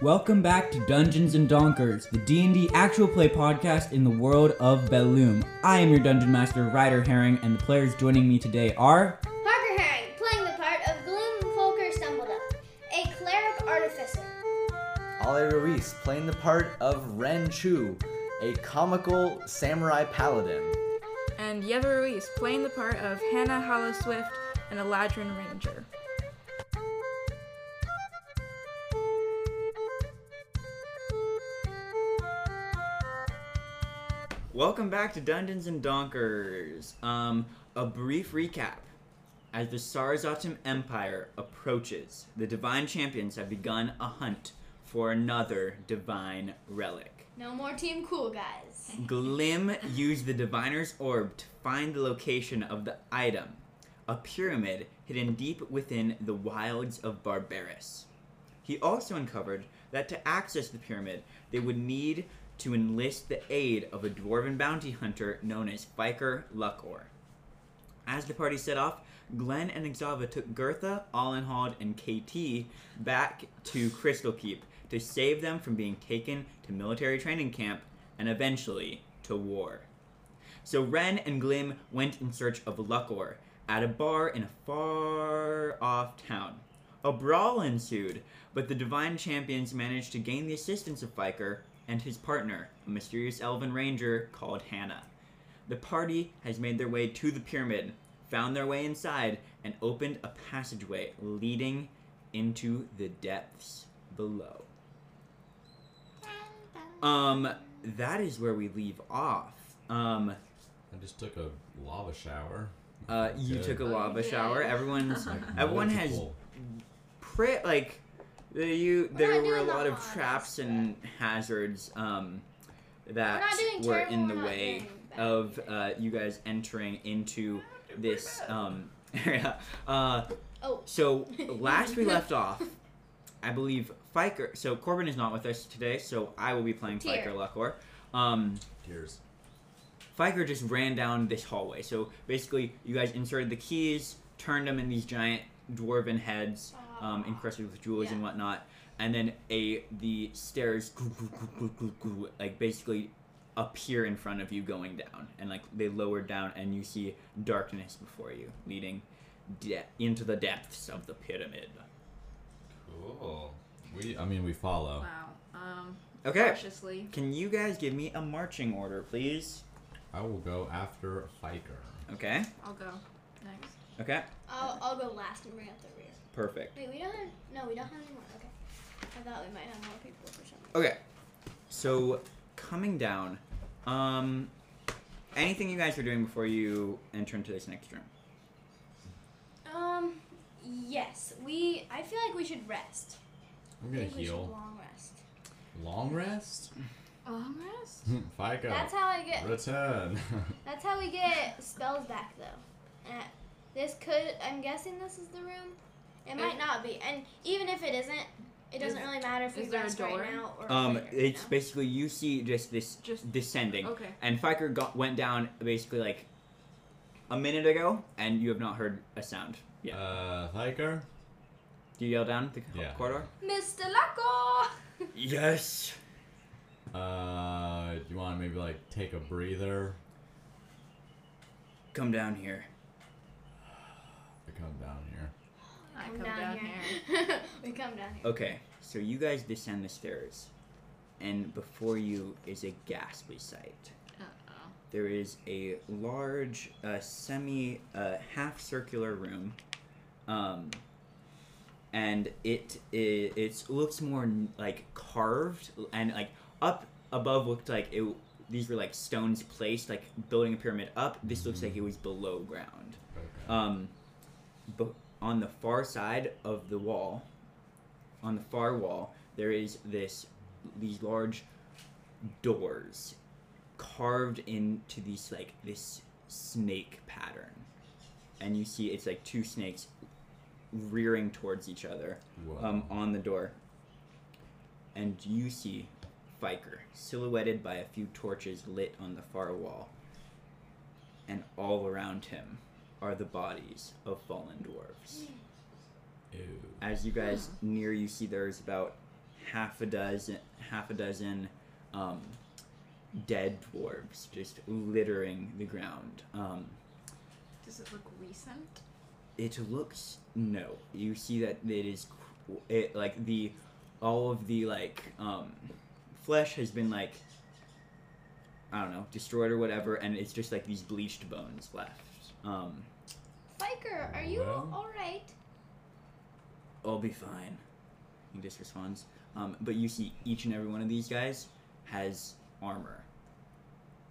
Welcome back to Dungeons and Donkers, the D&D actual play podcast in the world of Belloom. I am your dungeon master, Ryder Herring, and the players joining me today are Parker Herring, playing the part of Gloomfolker Stumbleduck, a cleric artificer. Ale Ruiz playing the part of Ren Chu, a comical samurai paladin. and Yeva Ruiz playing the part of Hannah Hollow Swift, an Eladrin Ranger. Welcome back to Dungeons and Donkers. Um, a brief recap. As the Sarzatum Empire approaches, the Divine Champions have begun a hunt for another divine relic. No more Team Cool guys. Glim used the Diviner's Orb to find the location of the item, a pyramid hidden deep within the wilds of Barbarus. He also uncovered that to access the pyramid, they would need to enlist the aid of a dwarven bounty hunter known as Fiker Luckor. As the party set off, Glenn and Exava took Gertha, Allenhald, and KT back to Crystal Keep to save them from being taken to military training camp and eventually to war. So Ren and Glim went in search of Luckor at a bar in a far off town. A brawl ensued, but the Divine Champions managed to gain the assistance of Fiker and his partner, a mysterious elven ranger called Hannah. The party has made their way to the pyramid, found their way inside, and opened a passageway leading into the depths below. Um, that is where we leave off. Um, I just took a lava shower. uh, you took a lava Oh, yeah. shower. Everyone's Like everyone has multiple. pre like the- you. There not were a doing the lot of honors, traps and hazards. Um, We're that not doing were terrible, in we're the not way doing bad. of uh, you guys entering into this um, area. Uh, Oh, So last we left off, I believe Fiker. So Corbin is not with us today, so I will be playing Tear. Fiker Luckor. Um, Tears. Fiker just ran down this hallway. So basically, you guys inserted the keys, turned them in these giant dwarven heads, um, encrusted with jewels and Yeah. whatnot, and then a the stairs like basically appear in front of you going down, and like they lower down, and you see darkness before you, leading de- into the depths of the pyramid. Cool. We, I mean, we follow. Wow. Um, Okay. cautiously. Can you guys give me a marching order, please? I will go after Fiker. Okay. I'll go next. Okay. I'll, I'll go last and bring up the rear. Perfect. Wait, we don't have. No, we don't have any more. Okay. I thought we might have more people for some reason. Okay. So coming down, um, anything you guys are doing before you enter into this next room? Um, yes. We. I feel like we should rest. I'm I gonna think we should heal. long rest. Long rest. A long rest? Fiker. That's how I get. Return. That's how we get spells back, though. Uh, this could. I'm guessing this is the room. It might not be, and even if it isn't, it doesn't Is- really matter if we is there a rest door? right now or Um, later, it's no? basically you see just this Just- descending, Okay. and Fiker got went down basically like a minute ago, and you have not heard a sound. Yeah. uh, Fiker. Do you yell down the Yeah. corridor? Mr. Lucko. Yes. Uh, do you want to maybe like take a breather? Come down here. I come down here. I come down here. we come down here. Okay, so you guys descend the stairs, and before you is a ghastly sight. Uh-oh. There is a large, uh, semi, uh, half circular room, um, and it it it's, looks more n- like carved and like up above looked like it. These were like stones placed, like building a pyramid up. This looks like it was below ground. Okay. Um, but on the far side of the wall, on the far wall, there is this these large doors carved into these like this snake pattern, and you see it's like two snakes rearing towards each other Whoa. um, on the door, and you see Fiker silhouetted by a few torches lit on the far wall, and all around him are the bodies of fallen dwarves. Ew. As you guys near, you see there's about half a dozen half a dozen um, dead dwarves just littering the ground. Um, Does it look recent? it looks no. You see that it is qu- it like the all of the like um, flesh has been like I don't know destroyed or whatever, and it's just like these bleached bones left. Um, Spiker, are you Well. all right? I'll be fine. He just responds. Um, but you see, each and every one of these guys has armor,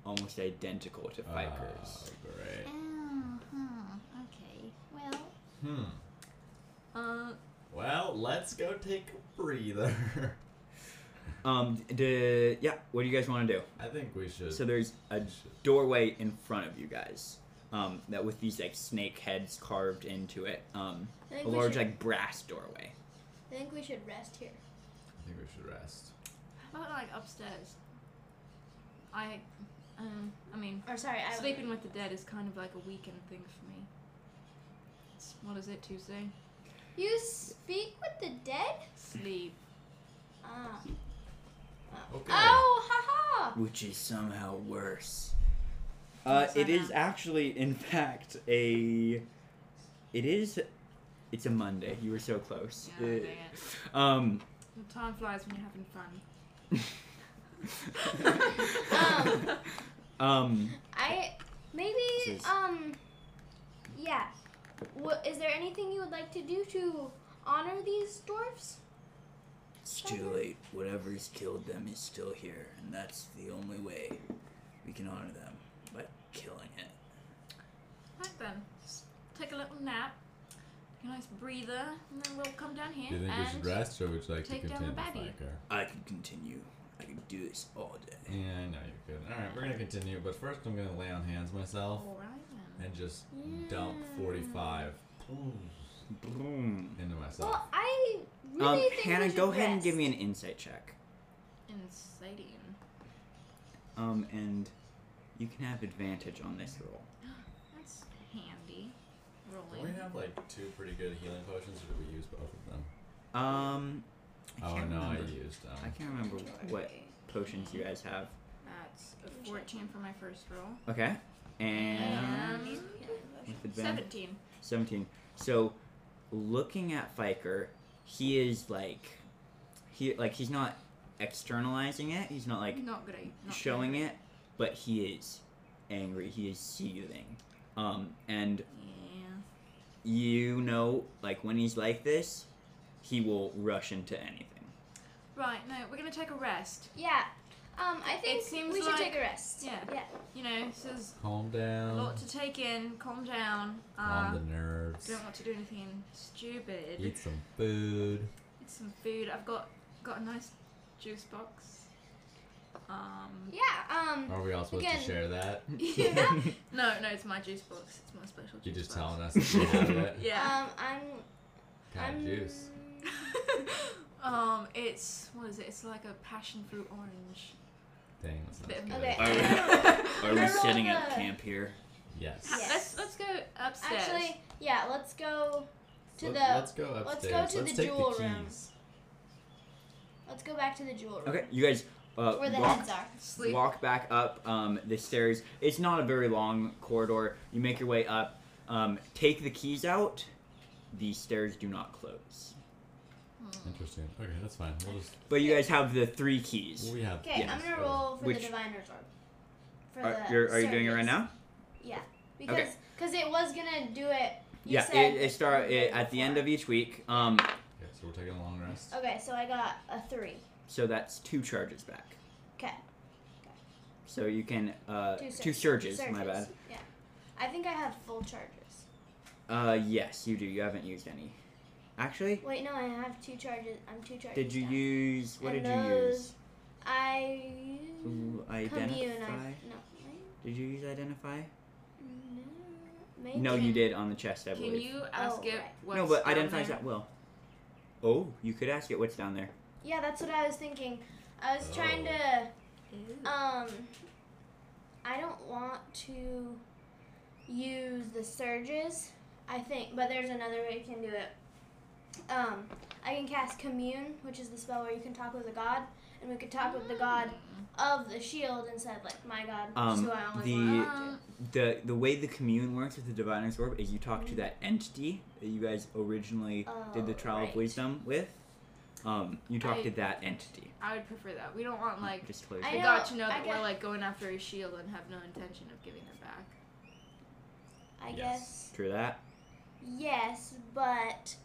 almost identical Ah. to Viker's. Oh, great. Oh, Uh-huh, huh. Okay. Well, Hmm. Uh, Well, let's go take a breather. Um, the yeah. What do you guys want to do? I think we should. So there's a doorway in front of you guys. Um, that with these like snake heads carved into it. Um, I think, a we large should, like brass doorway. I think we should rest here. I think we should rest. how about like upstairs? I, um, I mean, Or sorry, I sleeping with the dead is kind of like a weekend thing for me. It's, what is it Tuesday? You speak with the dead? Sleep. Ah. Oh. Okay. Oh, haha! which is somehow worse. Uh, What's it that is now? actually, in fact, a. It is. It's a Monday. You were so close. Yeah, Uh, dang um. The time flies when you're having fun. Um. um. I maybe This is- um yeah. What is there anything you would like to do to honor these dwarfs? It's too late. Whatever's killed them is still here, and that's the only way we can honor them by killing it. Right then, just take a little nap, take a nice breather, and then we'll come down Do here you think we and should rest, or would you like to take down continue the baby. Viker? I could continue. I could do this all day. Yeah, I know you could. All right, we're gonna continue, but first I'm gonna lay on hands myself All right then. and just dump 45 Mm. into myself. Well, I Um, really think Hannah, we should go ahead and rest. give me an insight check. Inciting. Um, and you can have advantage on this roll. That's handy. Do we Rolling. have like two pretty good healing potions, or do we use both of them? Um. I Oh can't no, I remember. used them. I can't remember what Okay, potions you guys have. That's a 14 for my first roll. Okay. And And Um, with advantage, 17. 17. So, looking at Fiker, he is like, he like he's not externalizing it. He's not like not great. Not showing it, but he is angry. He is seething. Um, and Yeah. you know, like when he's like this, he will rush into anything. Right, no, we're gonna take a rest. Yeah. Um, I think seems we should like- take a rest. yeah. Yeah. You know, this is Calm a down. lot to take in. Calm down. Uh, Calm the nerves. don't want to do anything stupid. Eat some food. Eat some food. I've got got a nice juice box. Um, Yeah. Um. Are we all supposed Again. to share that? Yeah. no, no, it's my juice box. It's my special You juice just box. telling us that you have it? Yeah. Um. I'm. Kind I'm. of juice. Uh. um, it's what is it? It's like a passion fruit orange. Dang, that's not Bit of- good. Okay. Are we They're all setting up good. camp here? Yes. Yeah. Let's let's go upstairs. Actually, yeah. Let's go to Let- the. let's go let's upstairs. go to the take jewel the room. keys. Let's go back to the jewel room. Okay, you guys. Uh, Where the walk heads are. sleep. walk back up um, the stairs. It's not a very long corridor. You make your way up, um, take the keys out. The stairs do not close. Hmm. Interesting. Okay, that's fine. We'll just But you guys have the three keys. we have. Okay. I'm Yes. gonna roll for Which- the diviner's orb. For Are, the you're, are you doing it staircase. right now? Yeah. Because Okay. cause it was gonna do it. You yeah. Said It, it start it, at the end of each week. Um, Okay, so we're taking a long rest. Okay. So I got a three. so that's two charges back. Okay. So you can uh, Two sur- two surges. My surges. bad. Yeah. I think I have full charges. Uh, yes, you do. You haven't used any. Actually, Wait, no, I have two charges. I'm two charges. did you down. use? What And did you use? those- I used Ooh, Identify. commune. I, no, Did you use identify? no, maybe. No, you did on the chest, I believe. Can you ask it Oh, right. what's no, but down identifies there? at will. Oh, you could ask it what's down there. Yeah, that's what I was thinking. I was trying Oh. to. Ew. Um, I don't want to use the surges. I think, but there's another way you can do it. um, I can cast commune, which is the spell where you can talk with a god, and we could talk with the Mm. god of the shield instead, like my god, which Um, is who I only the- want. Um, the the way the commune works with the diviner's orb is you talk to that entity that you guys originally did the Oh, trial right. of wisdom with. Um, you talk I- to that entity. I would prefer that. We don't want like just close I the know, god to know I that we're get- like going after his shield and have no intention of giving it back. I Yes. guess through that. yes, but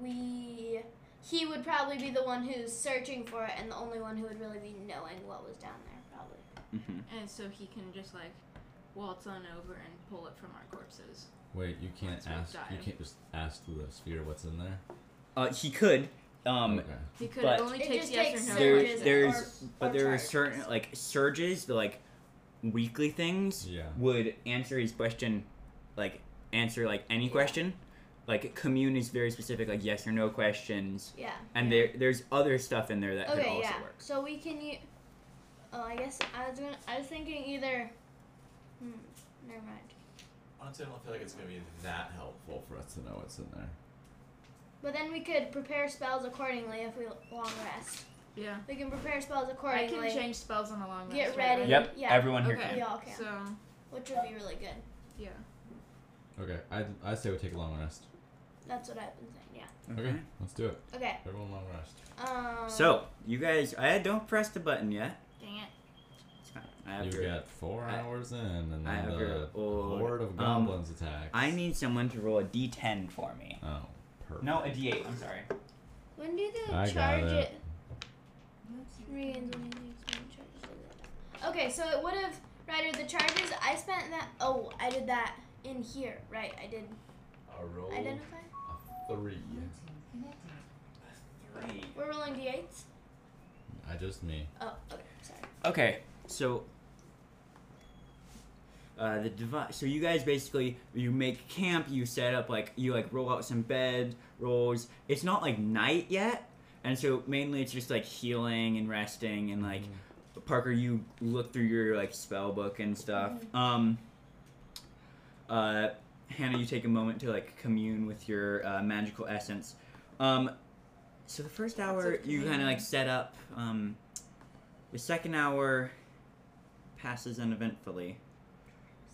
we he would probably be the one who's searching for it, and the only one who would really be knowing what was down there, probably. hmm And so he can just like waltz on over and pull it from our corpses. Wait, you can't That's what ask. You died. can't just ask the sphere what's in there. Uh, he could. Um, okay. He could But- it only It takes just yes takes or no. there, Surges action. there's, or- but or there are charges. certain like surges, the like weekly things Yeah. would answer his question, like answer like any Yeah. question. Like commune is very specific, like yes or no questions, Yeah. and there there's other stuff in there that could Okay, also yeah. work. So we can use. Oh, I guess I was gonna. I was thinking either. Hmm. Never mind. Honestly, I don't feel like it's gonna be that helpful for us to know what's in there. But then we could prepare spells accordingly if we long rest. yeah. We can prepare spells I accordingly. can change spels on the long rest. Get right? ready. Yep, Yeah. everyone here Okay. can. We all can, So which would be really good. yeah. Okay, I I say we take a long rest. That's what I've been saying. Yeah. Mm-hmm. Okay, let's do it. Okay. Everyone, long rest. Um. So you guys, I don't press the button yet. Dang it. It's fine. I have You your- get four I- hours in, and I then have the your old- horde of um, goblins attacks. I need someone to roll a d10 for me. Oh, perfect. No, a d8. I'm sorry. When do they I got charge it. it? Regan's when he makes one charges. Okay, so it would have Ryder the charges. I spent that. Oh, I did that in here, right? I did A roll identify. a three. Three. We're rolling d8s. I just me. Oh, okay. Sorry. Okay, so uh, the device. So you guys basically you make camp. You set up like you like roll out some bed rolls. It's not like night yet, and so mainly it's just like healing and resting and like Parker. You look through your like spell book and stuff. Um. Uh, Hannah, you take a moment to like commune with your uh, magical essence. Um, so the first hour of you kind of communion. like set up. Um, the second hour passes uneventfully.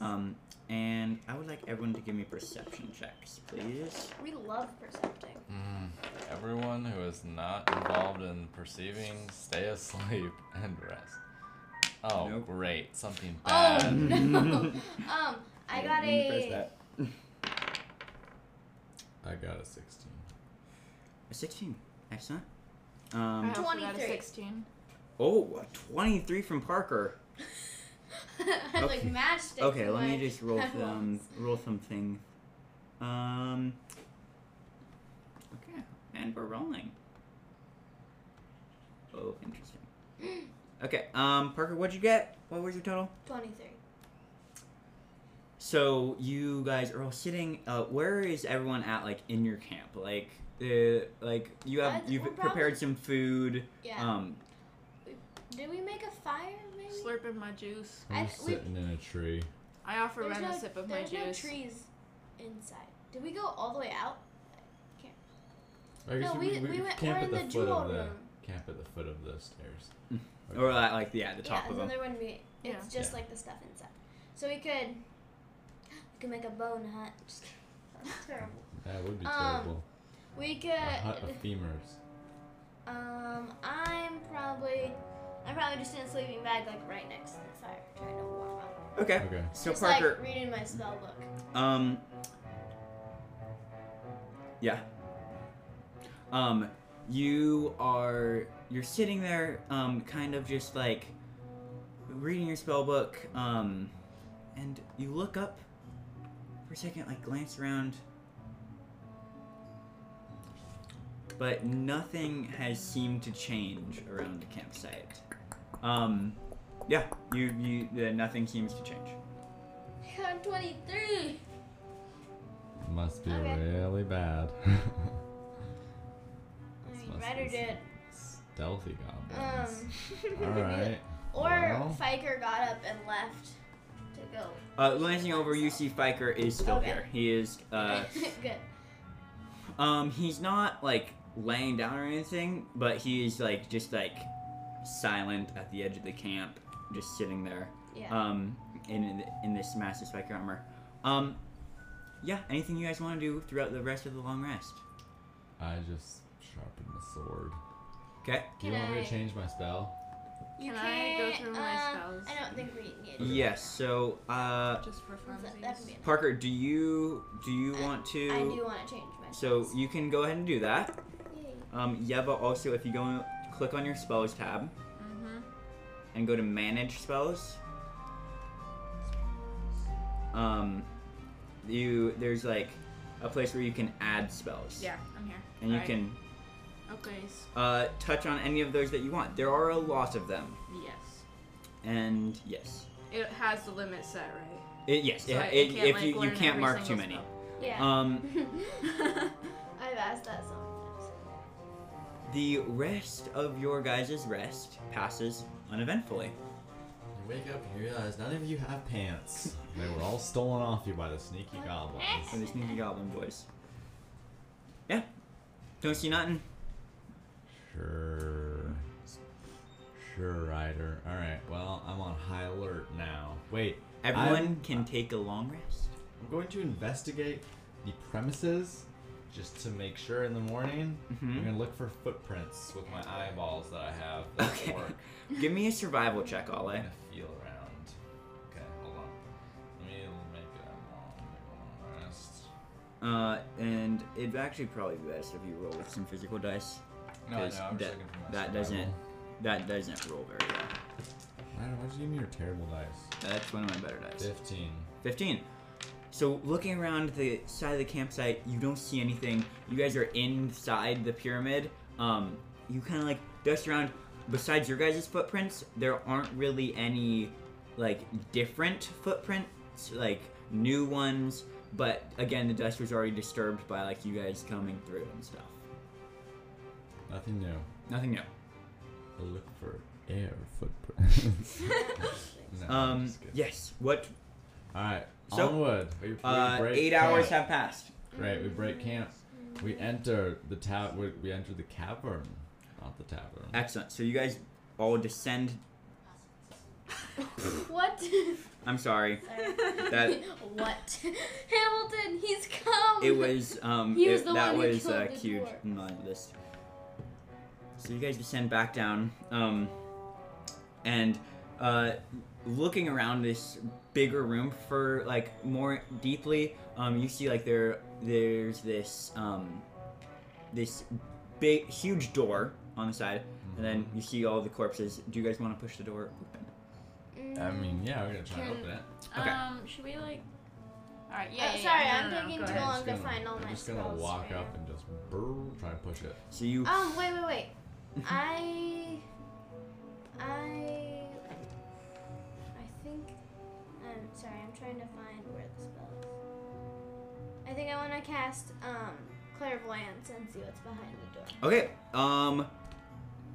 Um, and I would like everyone to give me perception checks, please. We love percepting. Mm. Everyone who is not involved in perceiving, stay asleep and rest. Oh, Nope. great. Something bad. Oh no. um, I got didn't mean to press a. that. I got a sixteen. A 16. Excellent. Um, Uh-huh. I also got a 23. 16. oh, a 23 from Parker. I like Okay. matched it. Okay, to let me my- just roll um, I some was. roll something. Um. Okay, and we're rolling. Oh, interesting. Okay, um, Parker, what'd you get? What was your total? Twenty-three. So you guys are all sitting. Uh, where is everyone at? Like in your camp? Like, uh, like you have I'd- you've we're prepared probably- some food. Yeah. Um, Did we make a fire? Maybe. Slurping my juice. I'm I- just we- sitting in a tree. I offer There's Ren no, a sip of my there's juice. no trees inside. Did we go all the way out? I guess no, we, we, we, went. We're camp in at the the, foot jewel of the room. camp at the foot of the stairs. Mm. Okay. or at like yeah, the Yeah, top and of them. then there wouldn't be. Yeah. It's just Yeah. like the stuff inside. So we could. We could make a bone hut. Just kidding. That's terrible. that would be Um, terrible. We A hut could. of femurs. Um, I'm probably. I'm probably just in a sleeping bag, like right next to the fire, trying to warm up. Okay. Okay. So just Parker, like reading my spell book. Um. Yeah. Um, you are you're sitting there, um, kind of just like reading your spell book, um, and you look up for a second, like glance around, but nothing has seemed to change around the campsite. Um, yeah, you you uh, nothing seems to change. I'm 23. Must be okay. really bad. I mean, must Ryder be did. Stealthy Um. goblins. All right. Or Well. Fiker got up and left to go. Uh, glancing over, you see Fiker is still Okay. here. He is uh, Good. Um, he's not like laying down or anything, but he's like just like silent at the edge of the camp, just sitting there. Yeah. Um, in in this massive spike armor. Um, yeah. Anything you guys want to do throughout the rest of the long rest? I just sharpened my sword. Okay. Do you Can want me I- to change my spell? You Can I go can't, through my uh, spells? I don't think we need. Yes. So, uh, Just for that- funsies. that can be enough. Parker, do you do you I- want to? I do want to change my. So spells. you can go ahead and do that. Yay. Um, Yeva also, if you go and click on your spells tab Mm-hmm. and go to manage spells, um, you there's like a place where you can add spells. Yeah, I'm here. And you Alright. can Okay. s- uh, touch on any of those that you want. There are a lot of them, Yes. and yes, It has the limit set, right? it, yes, So it- I- I it- can't, if like, you you learn can't every mark too single many. Yeah. Um, I've asked that so many times. the rest of your guys' rest passes uneventfully. You wake up and you realize none of you have pants. they were all stolen off you by the sneaky goblins. Or the sneaky goblin boys. Yeah. Don't see nothing. Sure. Sure, Ryder. Alright, well, I'm on high alert now. Wait, Everyone I'm- can take a long rest. I'm going to investigate the premises just to make sure in the morning. Mhm. Hmm? I'm going to look for footprints with my eyeballs that I have that Okay. work. Give me a survival check, I'm Ole. going to feel around. Okay, hold on. Let me make it a long, make a long rest. Uh, and it'd actually probably be best if you roll with some physical dice. No, I know. I'm 'cause just that, looking for my that survival. doesn't that doesn't roll very well. Ryder, why'd you give me your terrible dice? That's one of my better dice. 15. 15. So, looking around the side of the campsite, you don't see anything. You guys are inside the pyramid. Um, you kind of like dust around. Besides your guys' footprints, there aren't really any like different footprints, like new ones. But again, the dust was already disturbed by like you guys coming through and stuff. Nothing new. Nothing new. I look for air footprints. No, I'm Um, just kidding. yes. What? All right. So, onward. We, we Uh, break eight camp. hours have passed. Great. We break camp. We enter the ta- we, we enter the cavern, not the tavern. Excellent. So you guys all descend. What? I'm sorry. That- what? Hamilton, he's come. It was um He it- was the that one who was killed uh, the huge dwarf. in my list. So you guys descend back down, um, and uh, looking around this bigger room for like more deeply, um, you see like there there's this um, this big huge door on the side, Mm-hmm. and then you see all the corpses. Do you guys want to push the door open? Mm. I mean, yeah, we're gonna try and Can- open it. Okay. Um, should we like? All right. Uh, Yeah. yeah, sorry, yeah. I'm No, no, no, taking go too I'm ahead. long just to gonna- find all I'm my just gonna spells, walk man. up and just brrr, try and push it. So you Um, wait, wait, wait. I. I. I think. I'm sorry, I'm trying to find where the spell is. I think I want to cast um, Clairvoyance and see what's behind the door. okay. Um,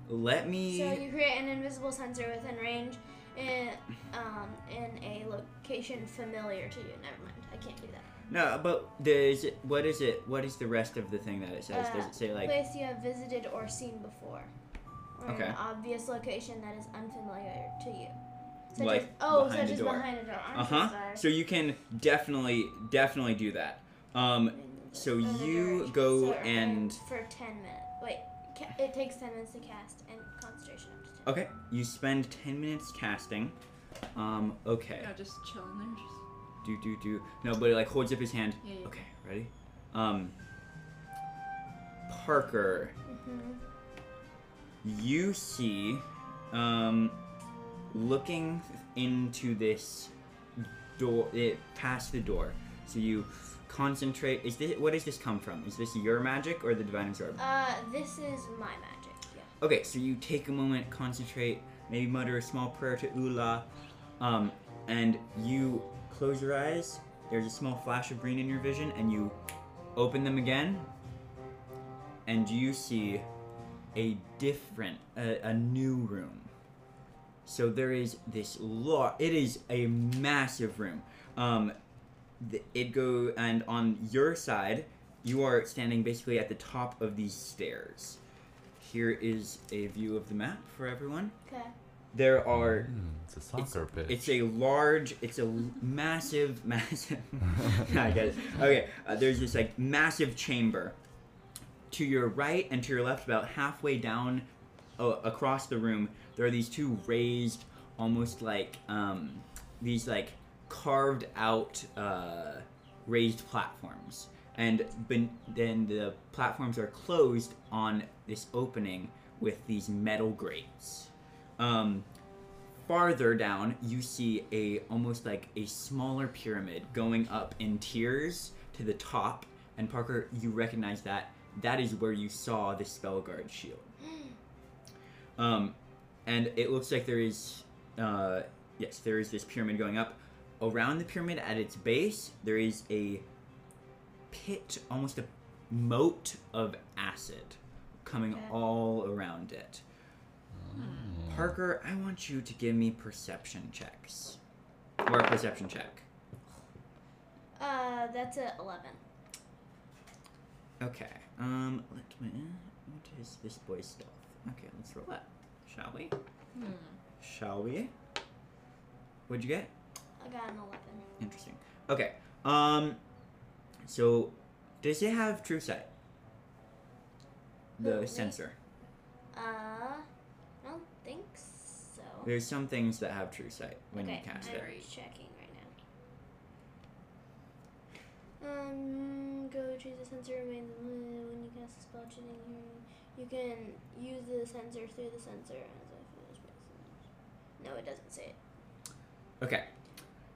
let me. Uh, So you create an invisible sensor within range in, um, in a location familiar to you. Never mind, I can't do that. No, but there's what is it? What is the rest of the thing that it says? Does Uh, it say like Place you have visited or seen before. Or Okay. an obvious location that is unfamiliar to you. Such Like as, oh, behind such a as door. behind a door. uh huh? So you can definitely definitely do that. Um, so you go and- for ten minutes. Wait, ca- it takes ten minutes to cast and concentration up to ten. okay, you spend ten minutes casting. Um, okay. Yeah, just chill in there. Just... Do do do. No, but it like holds up his hand. Yeah, yeah. Okay, ready? Um, Parker. Mm-hmm. you see um looking into this door it past the door so you concentrate is this what does this come from is this your magic or the divine orb Uh, this is my magic. Yeah. okay so you take a moment concentrate maybe mutter a small prayer to ula um and you close your eyes there's a small flash of green in your vision and you open them again and you see a different, a, a new room. So there is this large. It is a massive room. Um, th- it go and on your side You are standing basically at the top of these stairs. Here is a view of the map for everyone. Okay. There are Mm-hmm. it's a soccer pitch. it's a large, it's a l- massive, massive. I get it. Okay, uh, there's this like massive chamber. To your right and to your left, about halfway down uh, across the room, there are these two raised, almost like um, these like carved out uh, raised platforms. And ben- then the platforms are closed on this opening with these metal grates. Um, farther down you see a almost like a smaller pyramid going up in tiers to the top and parker you recognize that that is where you saw the spell guard shield um, and it looks like there is uh, yes there is this pyramid going up around the pyramid at its base there is a pit almost a moat of acid coming Okay. all around it Parker, I want you to give me perception checks. Or a perception check. Uh, that's a eleven. Okay. Um, let me. What is this boy's stealth? Okay, let's roll that. Shall we? Hmm. Shall we? What'd you get? I got an eleven. Interesting. Okay. Um, so does it have true sight? The Wait. sensor. Uh, I don't think so. There's some things that have true sight when okay, you cast I'm it. checking right now. Um, go choose a sensor remain when you cast a spell chaining You can use the sensor through the sensor as a foolish person. No, it doesn't say it. Okay.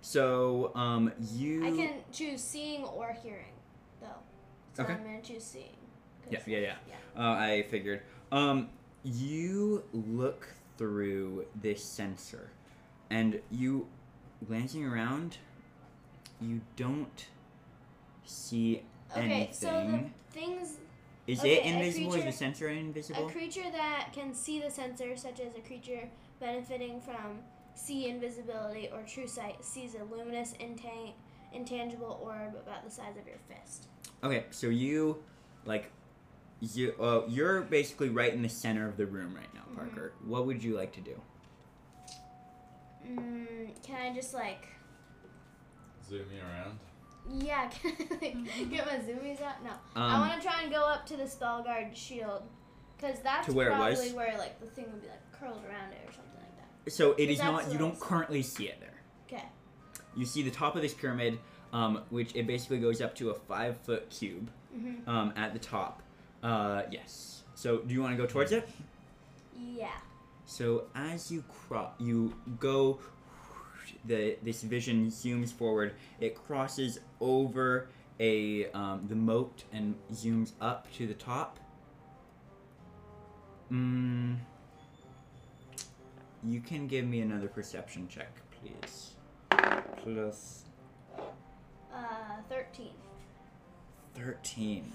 So um, you. I can choose seeing or hearing, though. So Okay. I'm gonna choose seeing. 'cause- Yeah, yeah, yeah. Uh, I figured. Um, you look through this sensor, and you, glancing around, you don't see Okay, anything. so the things Is okay, it a invisible? creature- Is the sensor A invisible? creature that can see the sensor, such as a creature benefiting from see invisibility or true sight, sees a luminous, intan- intangible orb about the size of your fist. okay, so you, like, you uh, you're basically right in the center of the room right now, Mhm. Parker. What would you like to do? Mm, can I just like, Zooming around. yeah, can I like get my zoomies out? No, I Um, want to try and go up to the spell guard shield, cause that's To where it probably was? where like the thing would be like curled around it or something like that. so it is that's not. what You I don't saw. currently see it there. Okay. You see the top of this pyramid, um, which it basically goes up to a five foot cube. hmm um, at the top. Uh, yes. So do you want to go towards it? Yeah. So as you cro- you go, the this vision zooms forward. It crosses over a um, the moat and zooms up to the top. Mm. You can give me another perception check, please. Plus Uh, thirteen. thirteen.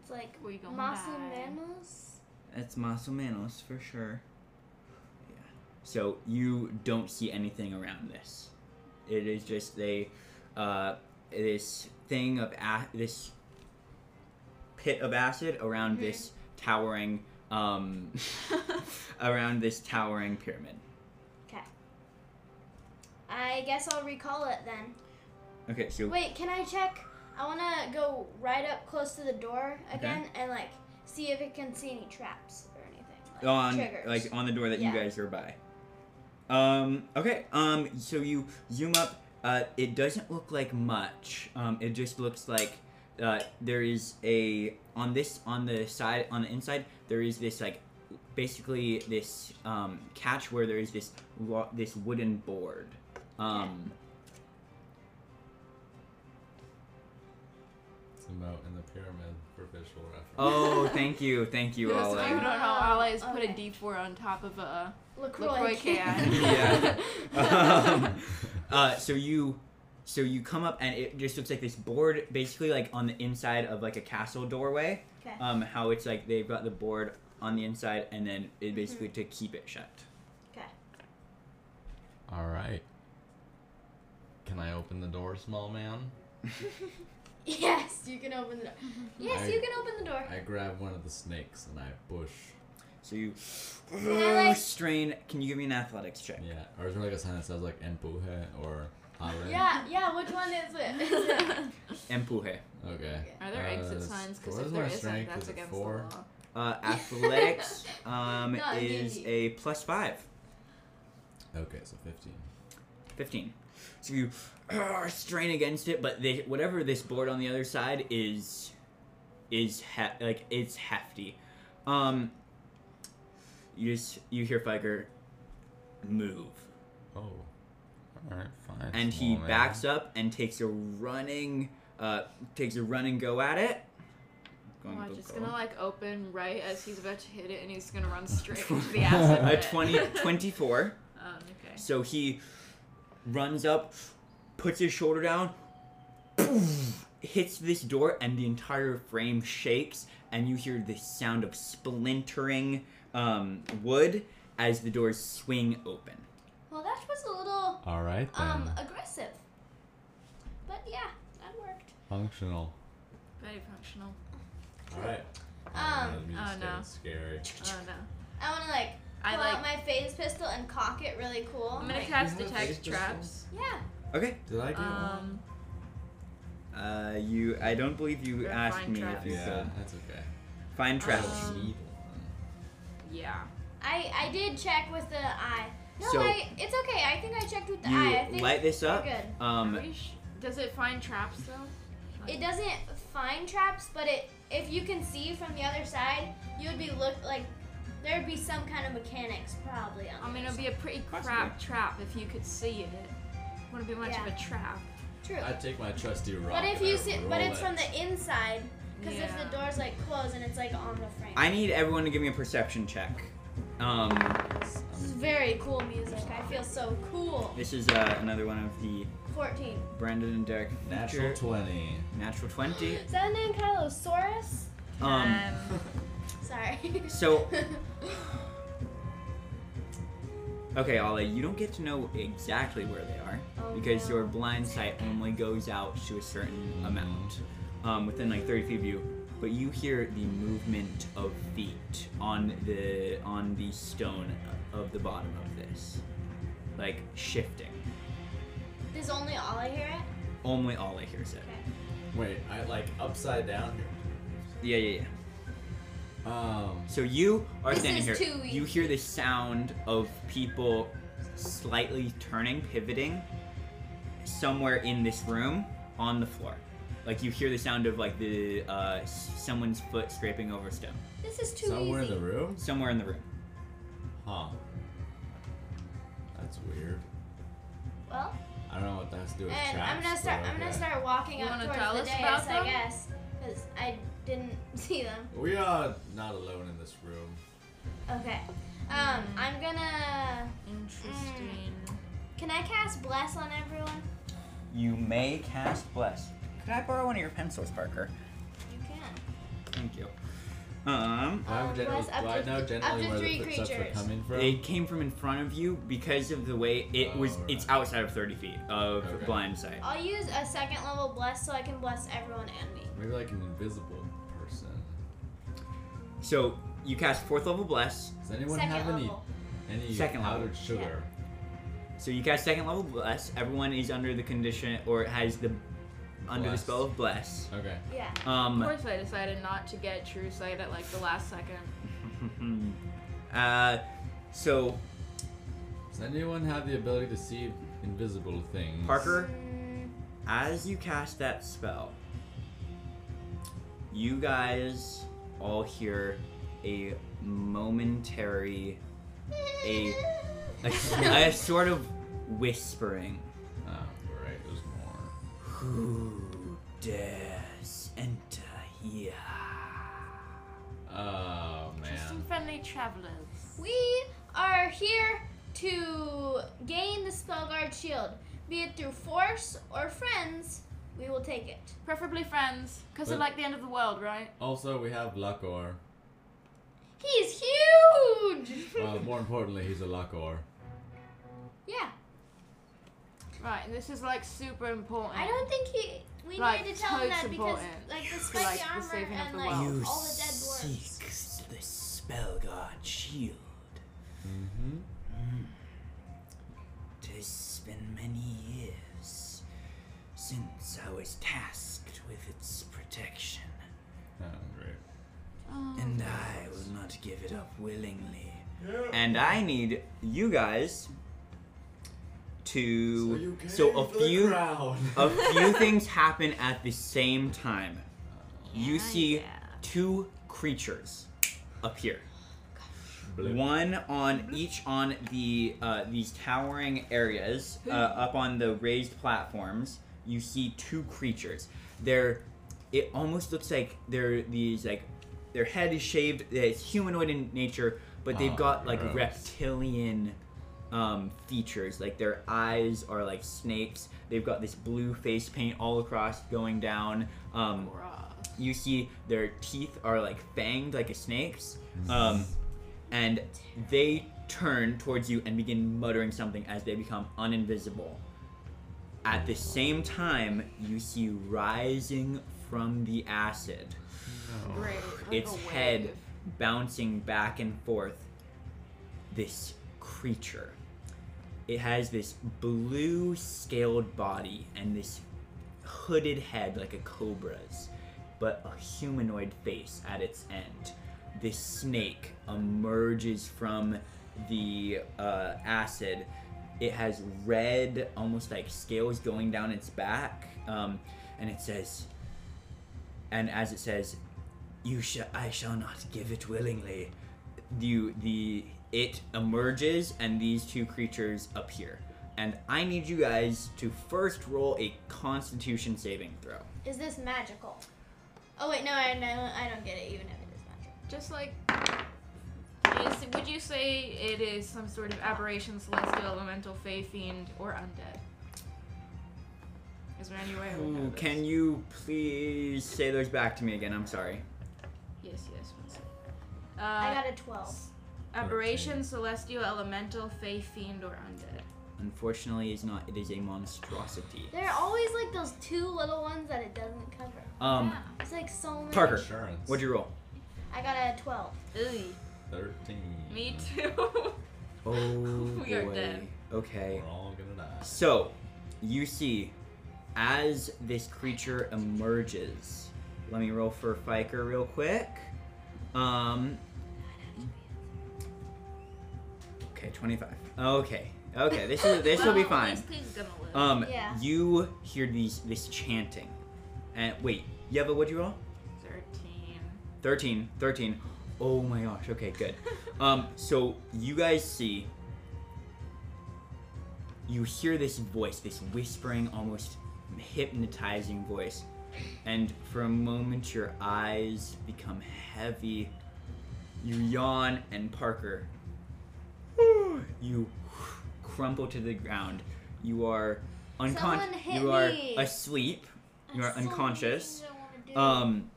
It's like Where you going? moss by? and mammals. That's más o menos for sure. Yeah. So you don't see anything around this. It is just a uh, this thing of a- this pit of acid around Mhm. this towering um, around this towering pyramid. I guess I'll recall it then. Okay, so Wait, can I check? I want to go right up close to the door again and like see if it can see any traps or anything. Like, on triggers. Oh, um, like on the door that Yeah. you guys are by. Um okay, um so you zoom up uh it doesn't look like much. Um it just looks like uh there is a on this on the side on the inside there is this like basically this um catch where there is this lo- this wooden board. Um It's a moat in the pyramid for visual reference. oh, thank you. Thank you, Yes, I Oleg. don't know. I'll always put a Okay. D4 on top of a LaCroix, LaCroix can. Yeah. um, uh, so you so you come up and it just looks like this board basically like on the inside of like a castle doorway Okay. um how it's like they've got the board on the inside and then it Mm-hmm. basically to keep it shut All right. Can I open the door, small man? Yes, you can open the door. Yes, I- you can open the door. I grab one of the snakes and I push. So you I like- strain. Can you give me an athletics check? Yeah. Or is there like a sign that says like empuje or holler? yeah, yeah. Which one is it? Empuje. Okay. Are there exit Uh, signs? Because what if is there my isn't, strength? that's Is it against four? the law. Uh, athletics um, Not is D&D. a plus five. Okay, so 15. 15. So you uh, strain against it, but they, whatever this board on the other side is, is hef- like it's hefty. Um, you just you hear Fiker move, Oh. Alright, fine. and he backs up and takes a running, uh, takes a run and go at it. Oh, I'm to just go. gonna like open right as he's about to hit it, and he's gonna run straight into the acid. a pit. 20, 24. Um, okay. So he runs up, puts his shoulder down, hits this door, and the entire frame shakes, and you hear the sound of splintering um, wood as the doors swing open. well, that was a little Alright then. um aggressive, but yeah, that worked. Functional. Very functional. Alright. Um, oh, no. Scary. Oh no. I want to like pull I like. out my phase pistol and cock it really cool. I'm gonna Like, cast You have detect pistol? traps. yeah. Okay. Did I get one? Um, Uh, you. I don't believe you Or asked find me traps. if you Yeah, could that's okay. find traps. Um, Just need yeah. I I did check with the eye. No, So- I, it's okay. I think I checked with the you eye. I think light this we're up. good. Are Um, we sh- does it find traps though? It doesn't find traps, but it if you can see from the other side, you would be look like there'd be some kind of mechanics probably. On I Um, mean, this. it'd be a pretty crap Possibly. trap if you could see it. Wouldn't be much of a trap. true. I take my trusty rock. But if and you I see, roll but it's it. from the inside, because if Yeah. the door's like closed and it's like on the frame. I need everyone to give me a perception check. Um, this is very cool music. I feel so cool. this is uh, another one of the Fourteen. Brandon and Derek Natural feature- 20. natural twenty. Is that named Kylosaurus? Um, Sorry. So- Okay, Ollie, you don't get to know exactly where they are Oh, because no. your blind sight only goes out to a certain amount, um, within like 30 feet of you. But you hear the movement of feet on the on the stone of the bottom of this, like shifting. Does only Ollie hear it? Only Ollie hears it. Wait, I like upside down here. Yeah, yeah, yeah. Um, So you are This standing is here. too You hear the sound of people slightly turning, pivoting somewhere in this room on the floor. Like you hear the sound of like the uh, s- someone's foot scraping over stone This is too somewhere easy. in the room? somewhere in the room. Huh. That's weird. well, I don't know what that's doing. and I'm gonna start. I'm gonna start walking You up wanna towards tell the us dais, about I them? guess, because I didn't see them. We are not alone in this room. Okay. Um, Mm-hmm. I'm gonna. Interesting. Can I cast bless on everyone? You may cast bless. Could I borrow one of your pencils, Parker? You can. Thank you. Um, Do I, have Um, general, was up do I to know th- up generally to where three the footsteps are creatures. coming from? It came from in front of you because of the way it was. Oh, right. It's outside of 30 feet of Okay. blind sight. I'll use a second level bless so I can bless everyone and me. Maybe like an invisible person. So you cast fourth level bless. Does anyone second have any level. any Second level. powdered sugar? So you cast second level bless. Everyone is under the condition or has the under the Bless. spell of bless. Okay. Yeah. Of Um, course, I decided not to get true sight at like the last second. uh, so Does anyone have the ability to see invisible things? Parker, Mm, as you cast that spell, you guys all hear a momentary Mm. a a, a sort of whispering. Oh, right. There's more. Who dares enter here? Oh Interesting man. friendly travelers. we are here to gain the Spellguard shield, be it through force or friends. We will take it. Preferably friends, because they're Well- like the end of the world, right? Also, we have Lakor. He's huge. Well, more importantly, he's a Lakor. Yeah. Right, and this is like super important. I don't think he. We Like, need to tell him that touchable because and- like the like, spiky the armor saving of and the like world. You all the dead dwarves. seek the spell god shield. Mm. Mm-hmm. Tis been many years since I was tasked with its protection, Oh, great. and Oh. I will not give it up willingly. And I need you guys So, to you came so a for the few crown. a few things happen at the same time. you Yeah, see yeah. two creatures appear. Blip. One on each on the uh, these towering areas uh, up on the raised platforms. You see two creatures. They're it almost looks like they're these like their head is shaved. It's humanoid in nature, but they've Oh, got like gross. reptilian um, features. Like their eyes are like snakes. They've got this blue face paint all across going down. Um, you see their teeth are like fanged like a snake's um, and they turn towards you and begin muttering something as they become uninvisible at the same time you see rising from the acid Great. Like Oh. its a head wave. bouncing back and forth this creature it has this blue scaled body and this hooded head like a cobra's but a humanoid face at its end this snake emerges from the uh, acid it has red almost like scales going down its back um, and it says and as it says you shall i shall not give it willingly the the it emerges and these two creatures appear and i need you guys to first roll a constitution saving throw Is this magical? Oh wait, no, I know I don't get it even if it is magical. Just like Is, would you say it is some sort of aberration, celestial, elemental, fey, fiend, or undead? Is there any way? I would know Ooh, this? can you please say those back to me again i'm sorry Yes, yes. One second. Uh, I got a twelve. aberration, celestial, elemental, fey, fiend, or undead. unfortunately it's not it is a monstrosity There are always like those two little ones that it doesn't cover. um It's like so many. Parker. Insurance. what'd you roll I got a twelve. Ooh, Thirteen. me too. oh We are dead. okay We're all gonna die. So, you see, as this creature emerges, let me roll for Fiker real quick. Um. Okay, twenty-five. Okay, okay. This is this will be Well, at fine. least he's gonna live. Um, Yeah. you hear these this chanting, and wait, Yeva, what'd you roll? Thirteen. 13 13 oh my gosh okay good um so you guys see you hear this voice this whispering almost hypnotizing voice and for a moment your eyes become heavy you yawn and parker you crumple to the ground you are Someone unconscious hit you are me. asleep you are There's so many unconscious things I wanna do. um.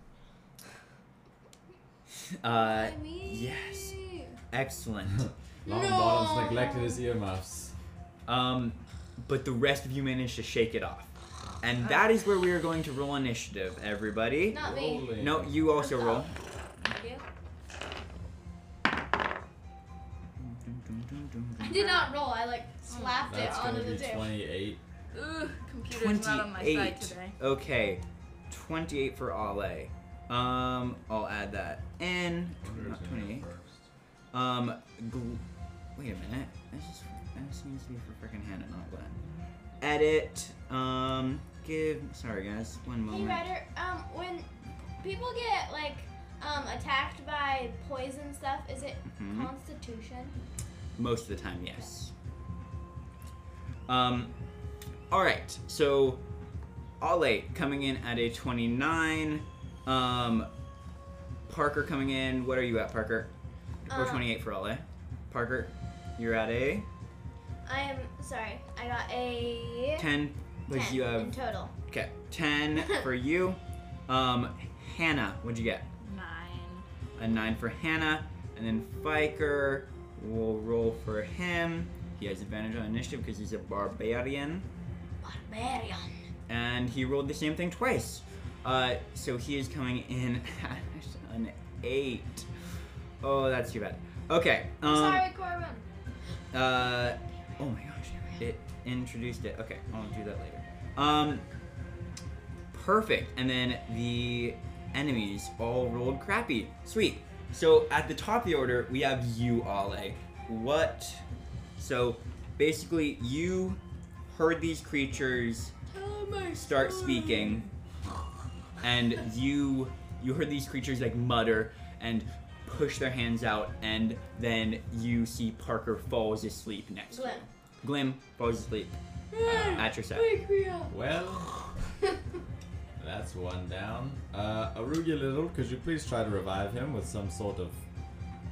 Uh, I mean- yes. excellent. Long Bottom's neglected his earmuffs. Um, but the rest of you managed to shake it off, and that is where we are going to roll initiative, everybody. Not me. Rolling. No, you also roll. I did not roll. I like slapped it That's onto gonna the be table. twenty-eight. Ooh, computer's not on my side Twenty-eight. today. Okay, twenty-eight for Ale. Um, I'll add that in. I wonder Not who's gonna go twenty-eight. first. Um, gl- wait a minute. This is this needs to be for freaking Hannah, not Glenn. Edit. Um, give. Sorry guys, one Hey, moment. Ryder. Um, when people get like um attacked by poison stuff, is it Mhm. Constitution? Most of the time, yes. Um, all right. So, Ale coming in at a twenty-nine. Um, Parker coming in. What are you at, Parker? Or Um, twenty-eight for Ale. Parker, you're at a I am sorry. I got a ten. Because you have in total. Okay, 10 for you. Um, Hannah, what'd you get? Nine. A 9 for Hannah. And then Fiker will roll for him. He has advantage on initiative because he's a barbarian. Barbarian. and he rolled the same thing twice. Uh, so he is coming in at an eight. Oh, that's too bad. Okay. Um, Sorry, Corbin. Uh, oh my gosh, it introduced it. Okay, I'll do that later. Um, perfect. And then the enemies all rolled crappy. Sweet. So at the top of the order, we have you, Ale. What? So basically, you heard these creatures start speaking, and you you heard these creatures like mutter and push their hands out, and then you see Parker falls asleep next to Glim. you. Glim falls asleep uh, at your side. Wake me up. Well, that's one down. Uh, Arugia Little, could you please try to revive him with some sort of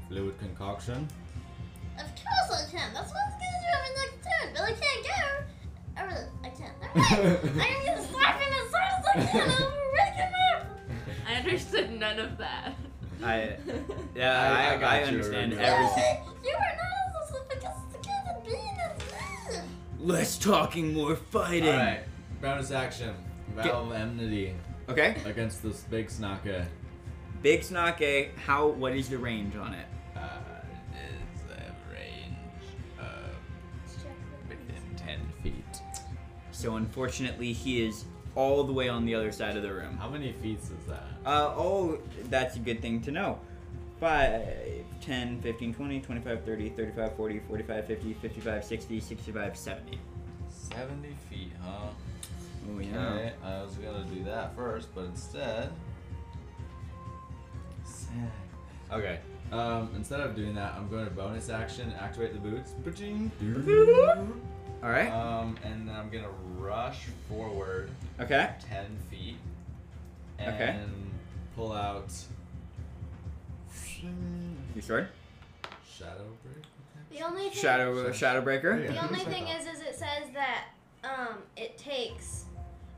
fluid concoction? Of course I can. That's what I was gonna do every next turn, but I can't go. I really, I can't. Alright. I'm gonna slap him as hard as I can. I'm gonna wake him up. I understood none of that. I yeah, I, I- I I, got you, understand Ruby. everything. You are not as specific as the kid and being asleep. Less talking, more fighting. Alright, bonus action. Valve Enmity Okay. against this big snacker. Big Snake, how? What is the range on it? Uh, is a range of within 10 feet. So unfortunately, he is all the way on the other side of the room. How many feet is that? Uh, oh, that's a good thing to know. 5, 10, 15, 20, 25, 30, 35, 40, 45, 50, 55, 60, 65, 70. 70 feet, huh? Oh, yeah. Okay, I was gonna do that first, but instead. Sad. Okay. Um, instead of doing that, I'm going to bonus action, activate the boots. Ba-ching. All right. Um, and then I'm gonna rush forward Okay. ten feet and Okay. pull out Your sword. shadow break. The only thing. Shadow, uh, Shadow Breaker. The Yeah, only it's like thing that. is, is it says that um, it takes.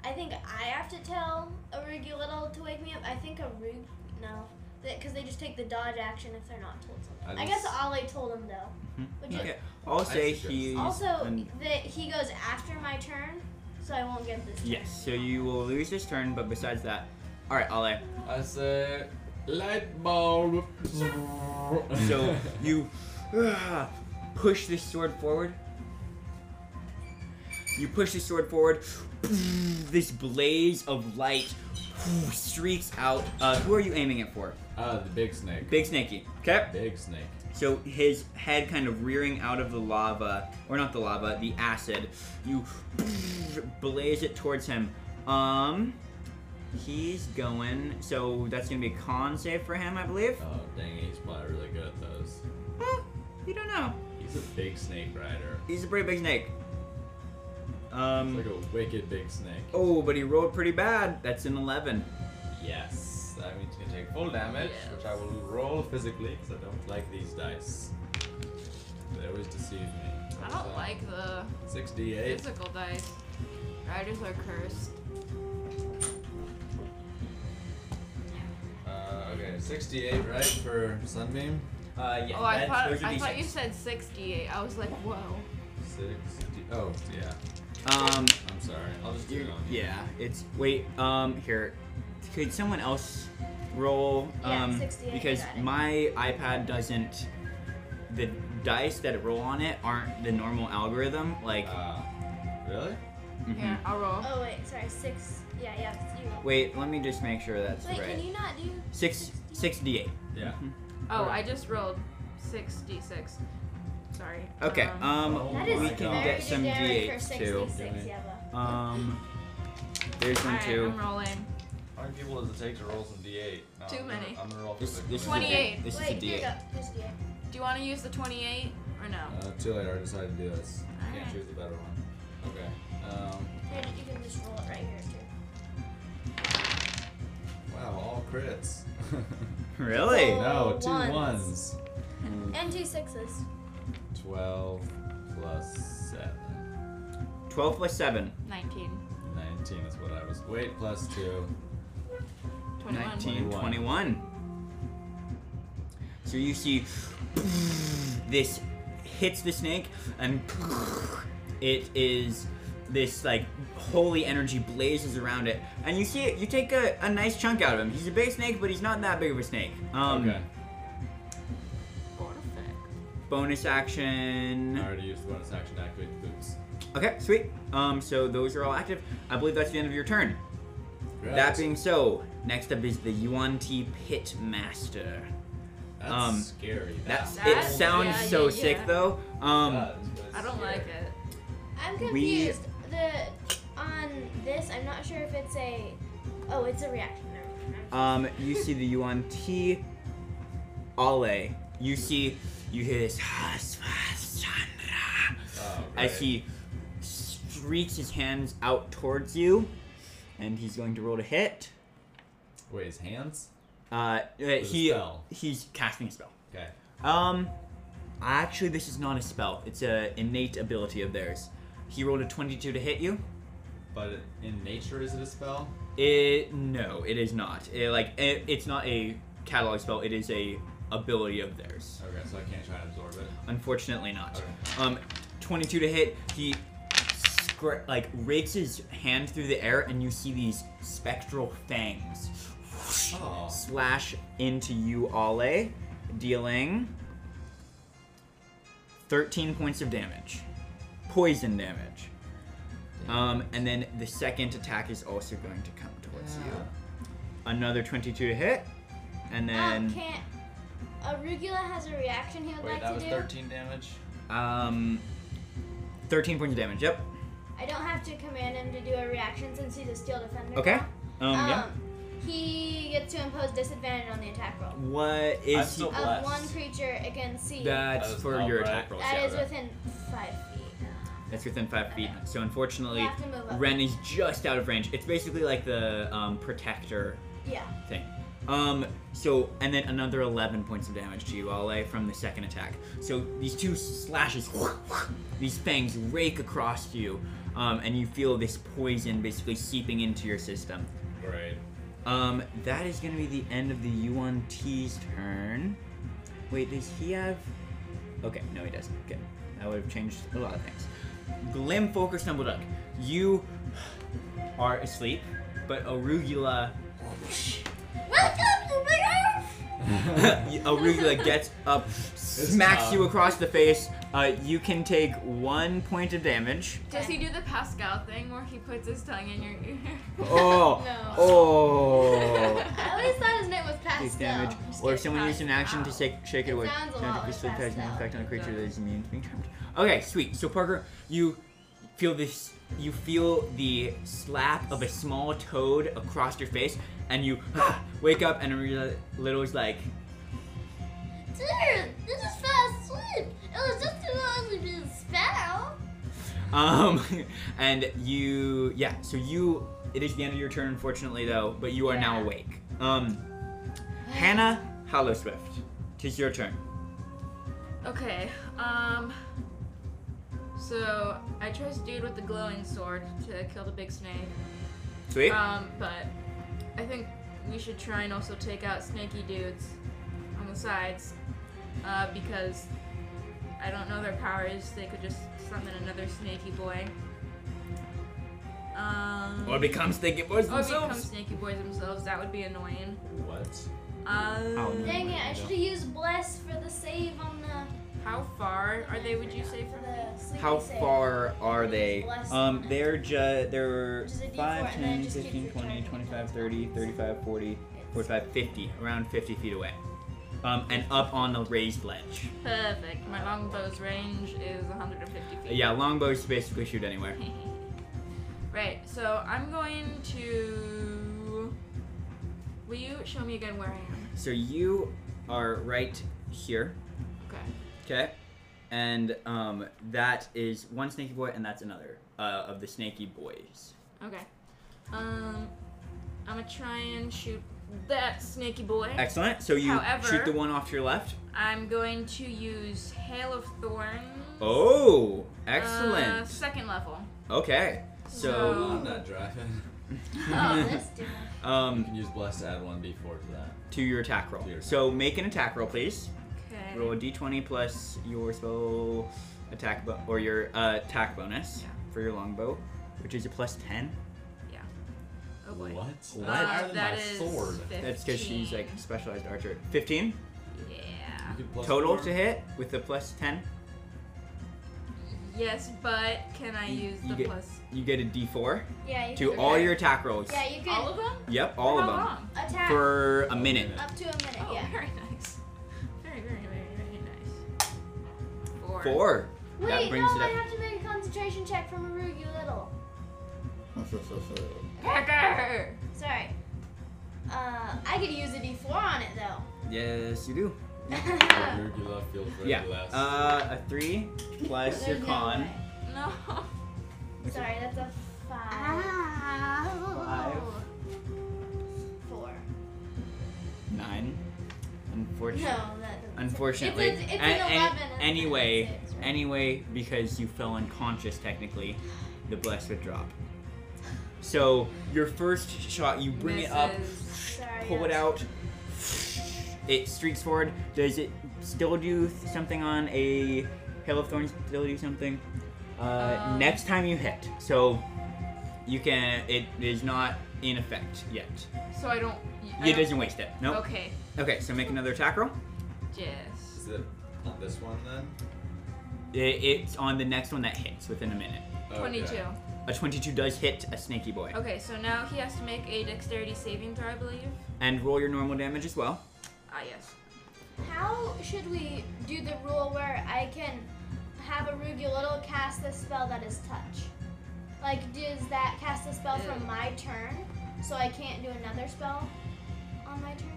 I think I have to tell Arugi Little to wake me up. I think Arug. No. Because they just take the dodge action if they're not told something. I I, guess just- Mm-hmm. Ale told him, though. Mhm. Which Okay. I'll say suggest- he's. is also an- that he goes after my turn, so I won't get this. yes, so you will lose this turn, but besides that. All right, Ale. I say light bulb. So you ah, push this sword forward. You push the sword forward. This blaze of light streaks out. Uh, who are you aiming it for? uh, the big snake. Big Snakey. Okay. Big snake. So his head kind of rearing out of the lava, or not the lava, the acid. You blaze it towards him. Um, he's going. So that's gonna be a con save for him, I believe. Oh dang it, he's probably really good at those. Eh, you don't know. He's a big snake rider. He's a pretty big snake. He's Um. like a wicked big snake. oh, but he rolled pretty bad. That's an eleven. Yes. That means you can take full damage, which I will roll physically because I don't like these dice. They always deceive me. I don't like the 68. physical dice. Riders are cursed. Uh, okay, 68, right, for Sunbeam? Uh, yeah. oh, I that's- thought those are I thought D6. you said 68. I was like, whoa. 60. Oh, yeah. Um. I'm sorry. I'll just do it you're- on you. Yeah. It's wait. Um. Here. Could someone else roll? Yeah, Um, 68, because got it. my iPad doesn't. The dice that roll on it aren't the normal algorithm. Like. Uh, really? mhm. Yeah, I'll roll. Oh wait, sorry, six. Yeah, yeah, it's you. Wait. Let me just make sure that's Wait, right. can you not do? Six. Six D eight. Yeah. Oh, I just rolled 6d6. Sorry. Okay. Um, Um. Oh That is we my can God. get some very D8s generic for too. 66, yeah, but- Um, there's one alright, too. I'm rolling. How many people does it take to roll some d8? No, Too I'm many. Gonna, I'm gonna roll This, physically. this Is 28. a, this Wait, is a here you go. D8. Here's D8. Do you want to use the 28 or no? Uh, too late. I decided to do this. Can't Alright. choose a better one. Okay. Um, Here, you can just roll it right here too. wow, all crits. Really? no, two Ones. ones. And two sixes. 12 plus 7. 12 plus 7. 19. 19 is what I was. Wait, plus 2. 21. 19, 21. 21. So you see this hits the snake and it is this like holy energy blazes around it, and you see it. You take a, a nice chunk out of him. He's a big snake, but he's not that big of a snake. Um, okay. Bonus action. I already used bonus action to activate the boots. Okay, sweet. Um, so those are all active. I believe that's the end of your turn. Great. That being so, next up is the Yuan Ti Pit Master. That's um, scary. That's, That- it sounds yeah, so yeah, sick yeah. though. Um, I don't like it. I'm We- confused. The on this, I'm not sure if it's a. Oh, it's a reaction. Never mind. Um, you see the Yuan T Ale. You see, you hear this. Oh, As he streaks his hands out towards you, and he's going to roll to hit. Wait, his hands? Uh, uh, he spell. he's casting a spell. Okay. Um, actually, this is not a spell. It's a innate ability of theirs. He rolled a twenty-two to hit you. But in nature, is it a spell? It no, it is not. It, like it, it's not a catalog spell. It is a ability of theirs. Okay, so I can't try to absorb it. Unfortunately, not. Okay. Um, 22 to hit. He scr- like rakes his hand through the air, and you see these spectral fangs Oh. slash into you, Ale, dealing 13 points of damage, poison damage. Um, and then the second attack is also going to come towards you. Another 22 to hit, and um, then can't. Arugula has a reaction he would Wait, like that to was do. 13 damage? um, 13 points of damage. Yep. I don't have to command him to do a reaction since he's a steel defender. Okay. now. Um, yeah. He gets to impose disadvantage on the attack roll What is I'm he- still- of Blessed. one creature against C. That's That's for not your right. attack rolls. that yeah. is within five feet. That's within five feet. So You unfortunately, have to move up. Ren is just out of range. It's basically like the um, protector Yeah. thing. Um, so and then another eleven points of damage to you, Ale, from the second attack. So these two slashes, these fangs rake across you, um, and you feel this poison basically seeping into your system. Great. Um, that is going to be the end of the Yuan T's turn. Wait, does he have? Okay, no, he doesn't. Good. That would have changed a lot of things. Glim, Folker, Stumbleduck, you are asleep, but Arugula, Welcome to my house. Arugula gets up, smacks tough. you across the face. Uh, you can take one point of damage. Does he do the Pascal thing where he puts his tongue in your ear? Oh, No. oh. I always thought his name was Takes Pastel. damage, Just or get someone used passed an action to out. shake, shake it, It away. sounds Magic a lot like pistol has no passed effect on a creature that Exactly. is immune to being charmed. Okay, sweet. So Parker, you feel this. You feel the slap of a small toad across your face, and you wake up, and Arena Little is like, Dude, this is fast sleep. It was just too long to do the spell. um, and you, yeah. So you, it is the end of your turn, unfortunately, though. But you are now Yeah. awake. Um, Hannah Hollowswift, tis your turn. Okay, um. So I trust dude with the glowing sword to kill the big snake. Sweet. Um, but I think we should try and also take out snaky dudes on the sides uh, because I don't know their powers. They could just summon another snaky boy. Um, or becomes thinking boys or themselves. become snaky boys themselves. That would be annoying. What? Um, Oh, no. Dang it, I should have used Bless for the save on the. How far are they? Would you say for from me? the sleepy How save. far are It's they? less Um, than it. they're just they're Which is a D4, 5, and then 10, it just keeps 15, 20, returning. 25, 30, 35, 40, 45, 50, around 50 feet away. Um, and up on the raised ledge. Perfect. My longbow's range is 150 feet. Yeah, longbows basically shoot anywhere. right, so I'm going to. Will you show me again where I am? So you are right here, Okay. okay? And um, that is one snaky boy, and that's another uh, of the snaky boys. Okay. Um, I'm gonna try and shoot that snaky boy. Excellent. So you However- shoot the one off to your left. I'm going to use Hail of Thorns. Oh, Uh, excellent. second level. Okay. So, So- I'm not driving. Oh, this dude. um, You can use Bless to add 1d4 to that. to your attack roll. To your So make an attack roll, please. Okay. Roll a d20 plus your spell attack bo- or your uh, attack bonus Yeah. for your longbow. which is a plus 10. Oh boy. What? Uh, What? Higher than that my is sword. 15. That's because she's like specialized archer. 15 Yeah. You could plus total four. to hit with the plus 10. Yes, but can I You- use you the get- plus? You get a d4 Yeah, you to can. all your attack rolls. Yeah, you can. All of them? Yep, all For of how them. long? attack For a minute. up to a minute. Oh, yeah. very nice. Very, very, very, very nice. Four. Four. Wait, That brings no, it I up. have to make a concentration check from Arugi Little. Oh Pecker! Sorry. Uh, I could use a D4 on it though. Yes, you do. Oh, Urgula feels very Yeah. blessed. Uh, a 3 plus your There's no con. way. No. which is- Sorry, that's a five. Ah. Five. Four. Nine. No, Unfortunately. that doesn't. Unfortunately. It's, it's, it's An- an an- eleven. and anyway, six, right? Anyway, because you fell unconscious technically, the bless would drop. So your first shot, you bring it up, Misses. Sorry, pull it that's- out. It streaks forward. Does it still do th- something on a Hail of Thorns? Still do something? Uh, Um. next time you hit, so you can. It is not in effect yet. So I don't. I It don't- doesn't waste it. Nope. Okay. Okay, so make another attack roll. Yes. Is it on this one then? It, it's on the next one that hits within a minute. Okay. 22. A 22 does hit a snaky boy. Okay, so now he has to make a dexterity saving throw, I believe. And roll your normal damage as well. Ah, yes. How should we do the rule where I can have Arugi Little cast a spell that is touch? Like, does that cast a spell from my turn, so I can't do another spell on my turn?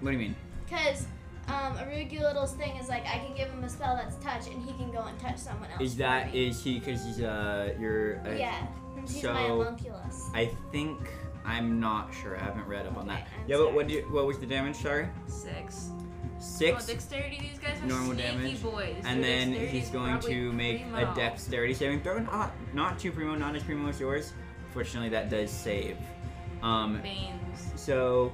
What do you mean? Because um, Arugi Little's thing is like I can give him a spell that's touch, and he can go and touch someone else. Is that is he because he's uh you're uh, yeah, and he's my so- homunculus. I think I'm not sure. I haven't read up on that. Okay, I'm yeah, but what sorry. do you, what was the damage? Sorry, Six. six. Oh, dexterity. These guys are normal sneaky damage, boys. and Their then dexterity he's is going probably to make primo. a dexterity saving throw. Not not too primo, not as primo as yours. Fortunately, that does save. Um, Banes. So,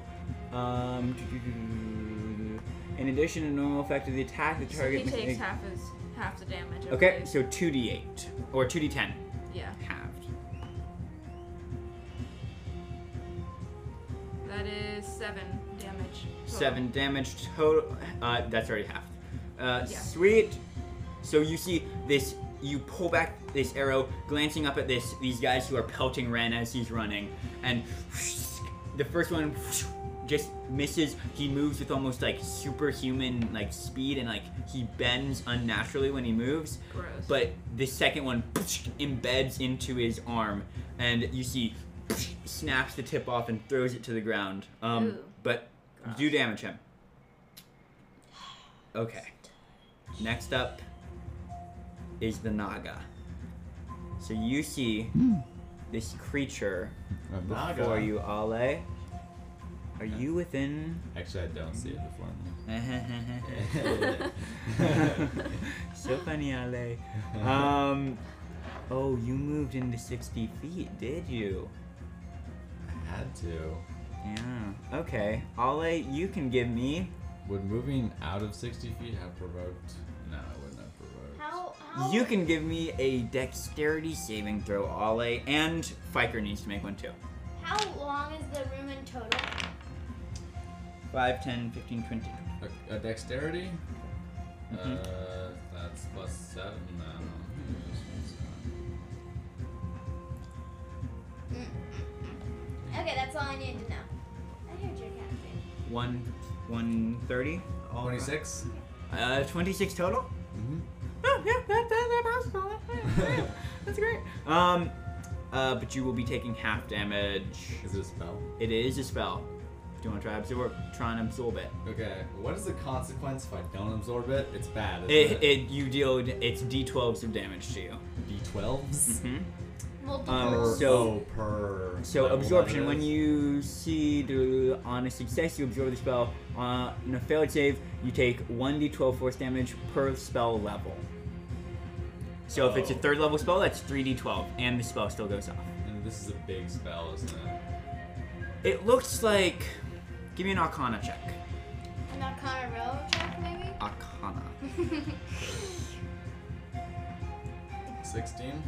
um, do-do-do-do-do-do. in addition to normal effect of the attack, the So he target. takes must make- half his half the damage. I Okay, believe. so two d8 or two d10 Yeah, halved. that is seven damage. total. Seven damage total. Uh, that's already half. Uh, Yeah. Sweet. So you see this. You pull back this arrow, glancing up at this these guys who are pelting Ren as he's running, and the first one just misses. He moves with almost like superhuman like speed, and like he bends unnaturally when he moves. Gross. But the second one embeds into his arm, and you see snaps the tip off and throws it to the ground. Um, Ooh. but Gross. do damage him. Okay. Next up is the Naga. So you see this creature A naga. before you, Ale. Are you within? Actually, I don't see it before me. so funny, Ale. Uh-huh. Um. Oh, you moved into 60 feet, did you? I had to. Yeah. Okay. Ale, you can give me. Would moving out of 60 feet have provoked? No, it wouldn't have provoked. How? how You can give me a dexterity saving throw, Ale, and Fiker needs to make one too. How long is the room in total? 5, 10, 15, 20. A, a dexterity? Mhm. Uh, that's plus seven. Hmm, No. maybe it's plus seven. Okay, that's all I need to know. I heard your cat. thing. One, 130. All right. 26? Uh, 26 total? Mm-hmm. Oh, yeah, that, that, that passes. Yeah, That's great. Um, uh, but you will be taking half damage. Is it a spell? It is a spell. Do you want to try absorb? Try and absorb it. Okay, what is the consequence if I don't absorb it? It's bad. It, Isn't it you deal it's d12s of damage to you. D12s? hmm Multiple. Um, per, so- oh, per. So Mm-hmm. level absorption. that When is. you see the on a success, you absorb the spell. Uh, On a failed save, you take one d12 force damage per spell level. So if it's a Oh. third level spell, that's three d12, and the spell still goes off. And this is a big spell, isn't it? It looks like. Give me an Arcana check. An Arcana row check, maybe? Arcana. 16?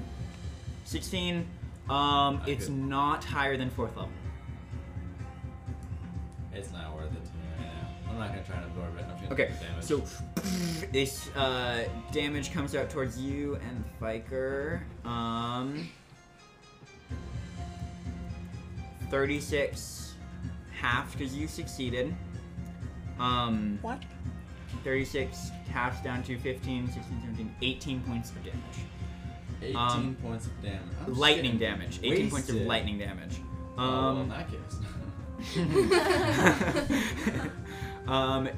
16. Um, I it's could- not higher than fourth level. It's not worth it to me right now. I'm not gonna try and absorb it. I'm just gonna Okay, take the damage. so this uh, damage comes out towards you and Fiker. Um, 36 half because you succeeded. Um, what? 36 half down to 15, 16, 17, 18 points of damage. 18 um, points of damage. I'm just lightning getting damage. 18 points of wasted. lightning damage. Oh, well, in Um, that case. um,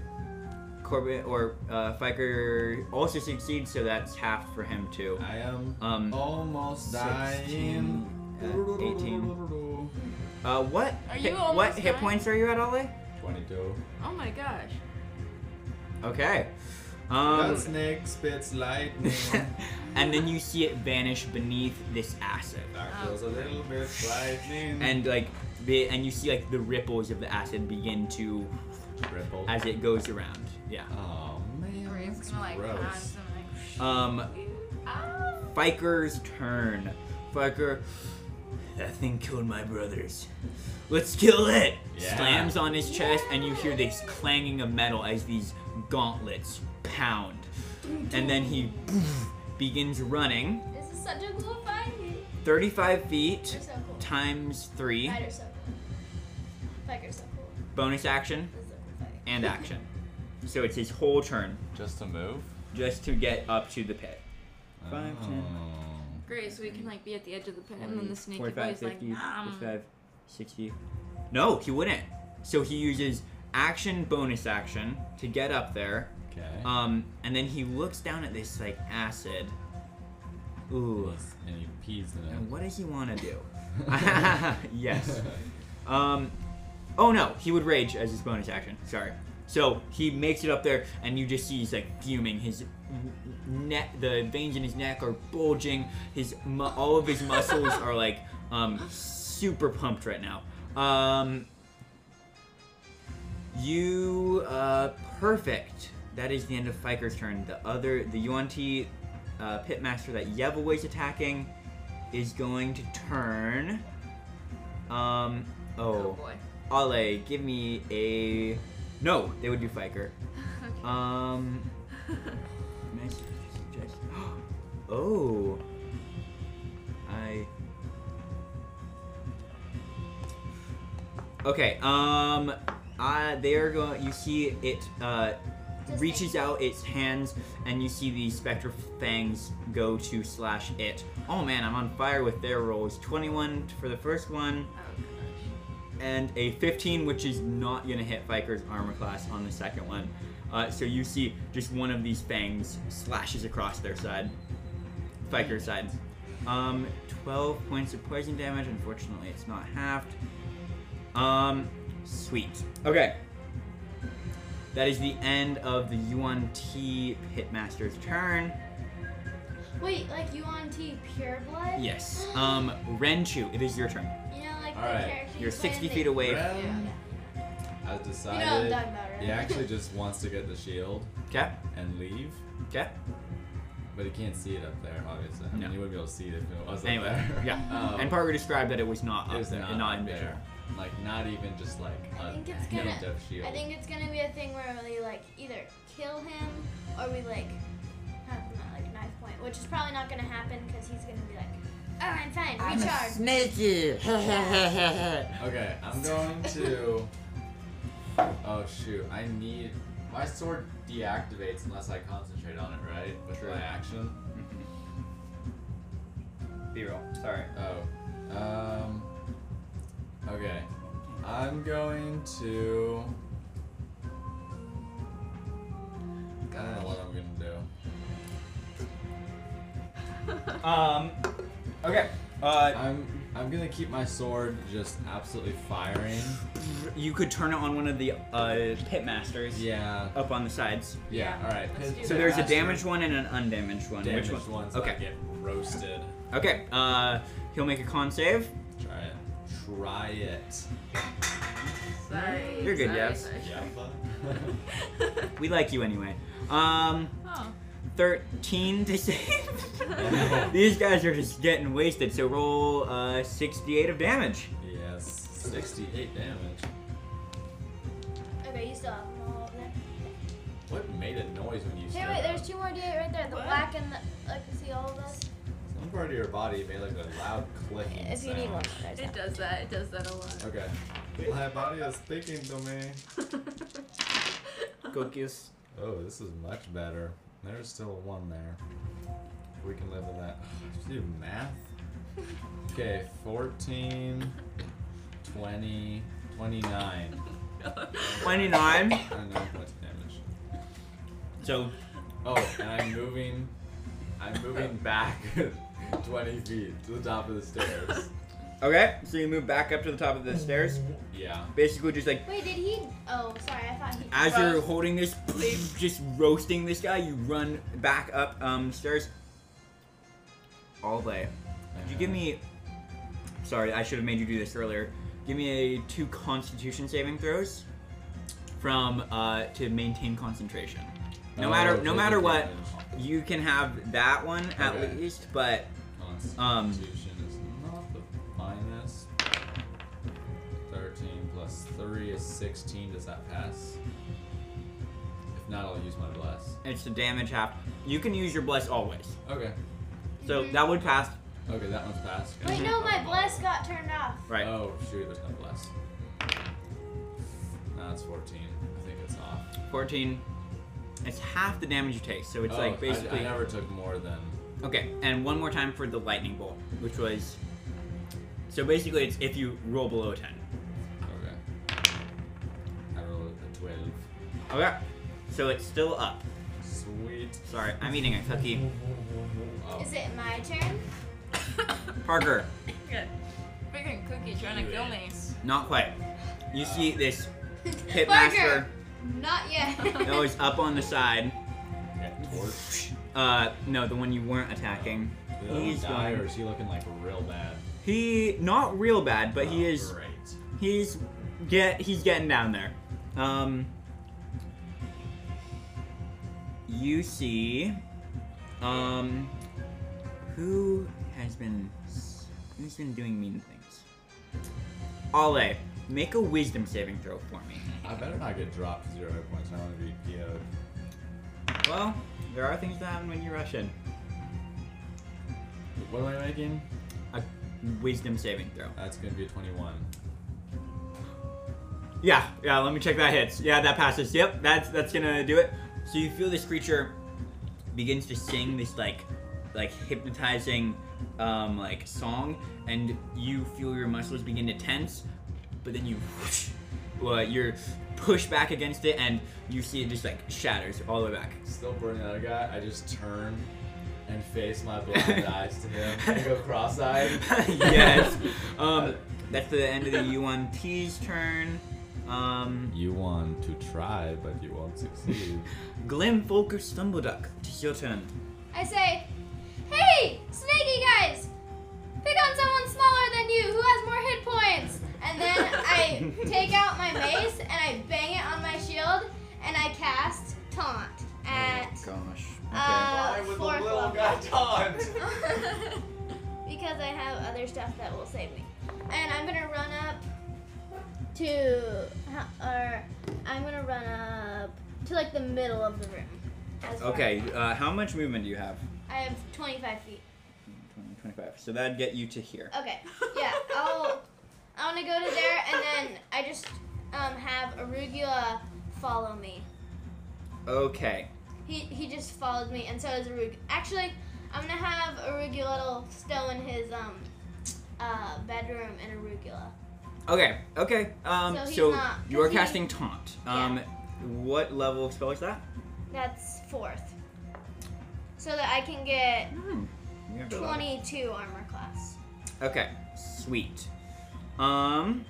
Corbin or uh, Fiker also succeeds, so that's half for him too. I am Um, almost 16, dying. uh, 18. Uh, what? Are hit- you what almost hit dying? points are you at, Ollie? 22. Oh my gosh. Okay. Um, that snake spits lightning. and then you see it vanish beneath this acid, that feels a little bit frightening. and like, the, and you see like the ripples of the acid begin to ripple. as it goes around. Yeah. Oh man, Graham's that's gonna like gross. pass and like. Um, Ah! Fiker's turn. Fiker, that thing killed my brothers. Let's kill it! Yeah. Slams on his chest, and you hear this clanging of metal as these gauntlets pound. And then he begins running This is such a cool fight. 35 They're feet so cool. times 3. Fighters so cool. Fighters so cool. Bonus action This is a cool fight. and action. So it's his whole turn Just to move? just to get up to the pit. Five, oh. Great, so we can like be at the edge of the pit and then the snaky 45, boy's 50, like, "Ah, um, nom. 55, 60. No, he wouldn't. So he uses action, bonus action to get up there. Okay. Um, and then he looks down at this like acid. Ooh. and he pees And in what does he want to do? it. yes. Um, oh no, he would rage as his bonus action. Sorry. So he makes it up there, and you just see he's like fuming. His neck, the veins in his neck are bulging. His mu- all of his muscles are like um, super pumped right now. Um, you uh, perfect. That is the end of Fiker's turn. The other, the UNT uh, pitmaster that Yevaway's attacking, is going to turn. Um. Oh Oh, boy. Ale, give me a. No, they would do Fiker. Um. nice suggest- Oh. I. Okay. Um. Uh, they are going. You see it. Uh, Just reaches out its hands, and you see these spectral fangs go to slash it. Oh man, I'm on fire with their rolls. 21 for the first one, Oh gosh. and a 15, which is not gonna hit Viker's armor class on the second one. Uh, so you see just one of these fangs slashes across their side, Viker's side. Um, 12 points of poison damage. Unfortunately, it's not halved. Um, sweet. Okay. That is the end of the UNT Pitmaster's turn. Wait, like you on T pure blood? Yes. Um, Renchu, it is your turn. You know, like All the right. character. You're you play 60 in feet the- away. Rem Um, has You know what I'm decided talking about, right? he actually just wants to get the shield Okay. and leave, Okay. but he can't see it up there, obviously. I mean, No. he wouldn't be able to see it if it was Anyway, up there. yeah. Um, And Parker described that it was not up it was there, not, not, in up vision. there. Like not even just like I a think it's hint gonna- of shield. I think it's gonna be a thing where we like either kill him or we like have him at like knife point, which is probably not gonna happen because he's gonna be like, oh, I'm fine, recharge. Okay, I'm going to. Oh shoot! I need my sword deactivates unless I concentrate on it, right? With True. my action. B-roll. Sorry. Oh. Um. Okay. I'm going to. I don't know what I'm gonna do. Um. Okay. Uh, I'm I'm gonna keep my sword just absolutely firing. you could turn it on one of the uh, pitmasters Yeah. up on the sides. Yeah. All right. Let's do So there's a damaged one and an undamaged one. Damaged Which one? ones that Okay. get roasted. Okay. Uh, he'll make a con save. Try it. Try it. Sorry. You're good, sorry, yes. sorry. Yeah. We like you anyway. Um, Oh. 13 to save. These guys are just getting wasted, so roll uh, 68 of damage. Yes, 68 damage. Okay, you still have them all over there. What made a noise when you Here, stood wait, up? there's two more D8 right there. The What? black and the. Like, see all of those? Some part of your body made like a loud clicking If you sound. need one, there's It that. does that. It does that a lot. Okay. My body is speaking to me. Cookies. Oh, this is much better. There's still one there. We can live with that. Just do math. Okay, 14, 20, 29. 29. I don't know how much damage. So Oh, and I'm moving. I'm moving back 20 feet to the top of the stairs. Okay, so you move back up to the top of the stairs. Yeah. Basically, just like Wait, did he? Oh, sorry, I thought he. as you're holding this, just roasting this guy, you run back up um stairs. All day. Could you give me? Sorry, I should have made you do this earlier. Give me a two Constitution saving throws from uh, to maintain concentration. No Oh, matter no take matter the what, damage. you can have that one at Okay. least, but Constitution um, is not the finest. 13 plus 3 is 16. Does that pass? If not, I'll use my bless. it's the damage half. You can use your bless always. Okay. So that would pass. Okay, that one's passed. Wait, no, my bless got turned off. Right. Oh, shoot, there's no bless. No, it's 14. I think it's off. 14. It's half the damage you take, so it's oh, I- like basically. I, never took more than. Okay, and one more time for the lightning bolt, which was. So basically, it's if you roll below 10. Okay. I rolled a 12. Okay, so it's still up. Sweet. Sorry, I'm eating a cookie. Oh. Is it my turn? Parker, Freaking cookie trying to kill me. not quite. You see this Parker, pitmaster Not yet. that was up on the side. That torch. Uh, no, the one you weren't attacking. Did that He's one die, gone. or is he looking like real bad? He not real bad, but he Oh, is Great. He's get he's getting down there. Um You see um who has been who's been doing mean things? Ale, make a wisdom saving throw for me. I better not get dropped zero hit points. I want to be PO'd. Well, there are things that happen when you rush in. What am I making? A wisdom saving throw. That's gonna be a 21. Yeah, yeah, let me check that hits. Yeah, that passes. Yep, that's that's gonna do it. So you feel this creature begins to sing this like like hypnotizing um like song and you feel your muscles begin to tense, but then you whoosh, well, you're pushed back against it and you see it just like shatters all the way back. Still burning that guy. I just turn and face my blind eyes to him. I go cross-eyed. yes. Um that's the end of the U1T's turn. Um You want to try, but you won't succeed. Glim Focus Stumbleduck, it's your turn. I say, hey, snaky guys, pick on someone smaller than you who has more hit points. And then I take out my mace and I bang it on my shield and I cast taunt at Oh, Gosh. uh, was fourth level. taunt? because I have other stuff that will save me. And I'm gonna run up to, uh, or I'm gonna run up to like the middle of the room. As far- Okay, uh, how much movement do you have? I have 25 feet. 20, 25. So that'd get you to here. Okay. Yeah. I'll. I want to go to there, and then I just um, have Arugula follow me. Okay. He he just followed me, and so is Arug. Actually, I'm gonna have Arugula stow in his um uh bedroom in Arugula. Okay. Okay. Um, So so he's not- you are he- casting taunt. Um, What level of spell is that? That's fourth. So that I can get You have a level. 22 armor class. Okay. Sweet. Um.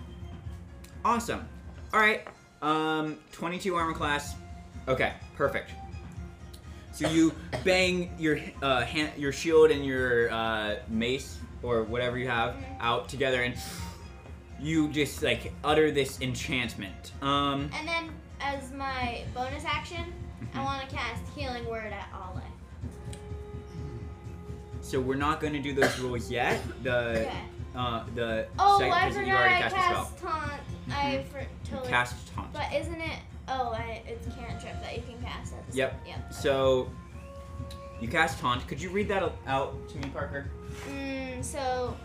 Awesome. All right. Um. Twenty-two armor class. Okay. Perfect. So you bang your uh, hand, your shield and your uh, mace or whatever you have Mhm. out together, and you just like utter this enchantment. Um. Hmm. And then as my bonus action, I want to cast Healing Word at Ole. So we're not going to do those rules yet. The Okay. uh, the Oh, second I because forgot you already I cast, a spell. Mm-hmm. cast taunt. I for, totally. Cast taunt. But isn't it? Oh, I, it's cantrip that you can cast at the Yep. Yep. So you cast taunt. Could you read that al- out to me, Parker? Mm, so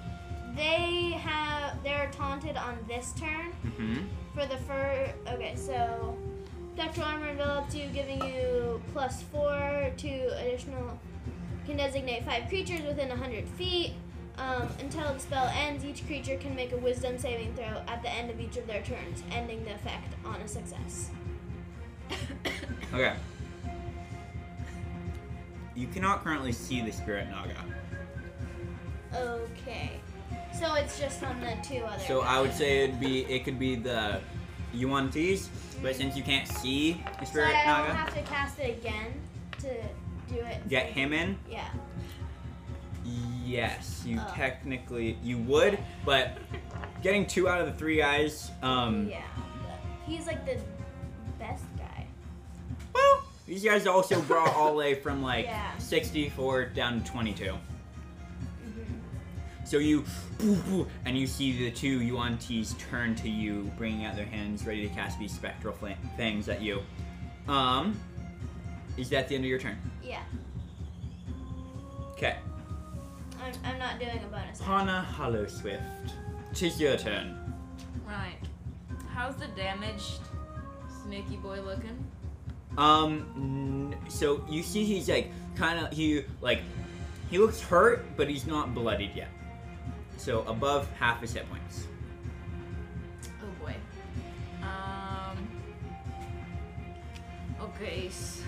they have they're taunted on this turn Mm-hmm. for the fur. Okay, so spectral armor envelops you, giving you plus four to additional. Can designate five creatures within 100 feet. Um, until the spell ends, each creature can make a Wisdom saving throw at the end of each of their turns, ending the effect on a success. Okay. You cannot currently see the spirit naga. Oh, Okay. So it's just on the two other. So I would say it'd be it could be the Yuan-Tis, but since you can't see the So spirit I don't naga, have to cast it again to do it. get him in. Yeah. Yes, you Oh. technically you would, but getting two out of the three guys, um, yeah. He's like the best guy. well, these guys also brought all the way from like Yeah. 64 down to 22. Mhm. So you, boo, boo, and you see the two Yuan-Tis turn to you, bringing out their hands, ready to cast these spectral fla- things at you. Um, is that the end of your turn? Yeah. Okay, I'm, I'm not doing a bonus. action. Hana Hollow Swift, tis your turn. Right. How's the damaged snaky boy looking? Um, n- so you see, he's like kind of he like he looks hurt, but he's not bloodied yet. So above half his hit points. Oh boy. Um. Okay. s-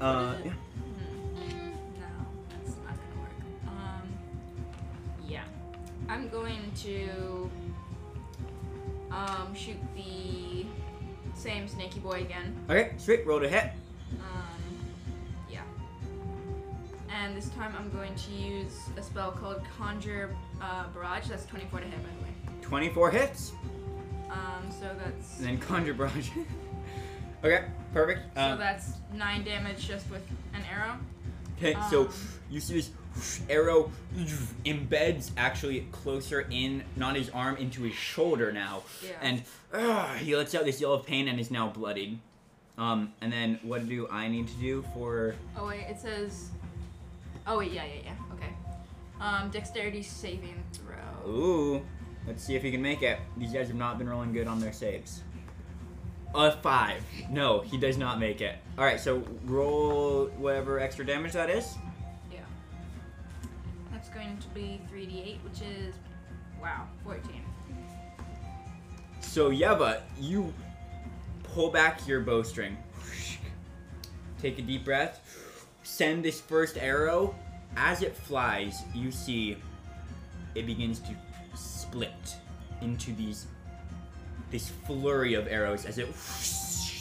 Uh, What is it? Hmm. No, that's not gonna work. Um. Yeah. I'm going to. Um, shoot the same snaky boy again. okay, sweet. Roll to hit. Um, yeah. And this time I'm going to use a spell called Conjure uh, Barrage. That's 24 to hit, by the way. Twenty-four hits, Um, so that's and then conjure barrage. okay, perfect. so Um, that's nine damage just with an arrow. okay, so um, you see this arrow embeds actually closer in, not his arm, into his shoulder now, Yeah. and ah, he lets out this yell of pain and is now bloodied. Um, and then what do I need to do for? oh wait, it says. Oh wait, yeah, yeah, yeah. Okay. Um, Dexterity saving Oh. throw. Ooh. Let's see if he can make it. These guys have not been rolling good on their saves. A five. No, he does not make it. All right, so roll whatever extra damage that is. That's going to be 3d8, which is wow, 14. So Yeva, you pull back your bowstring. Take a deep breath. Send this first arrow. As it flies, you see it begins to split into these this flurry of arrows as it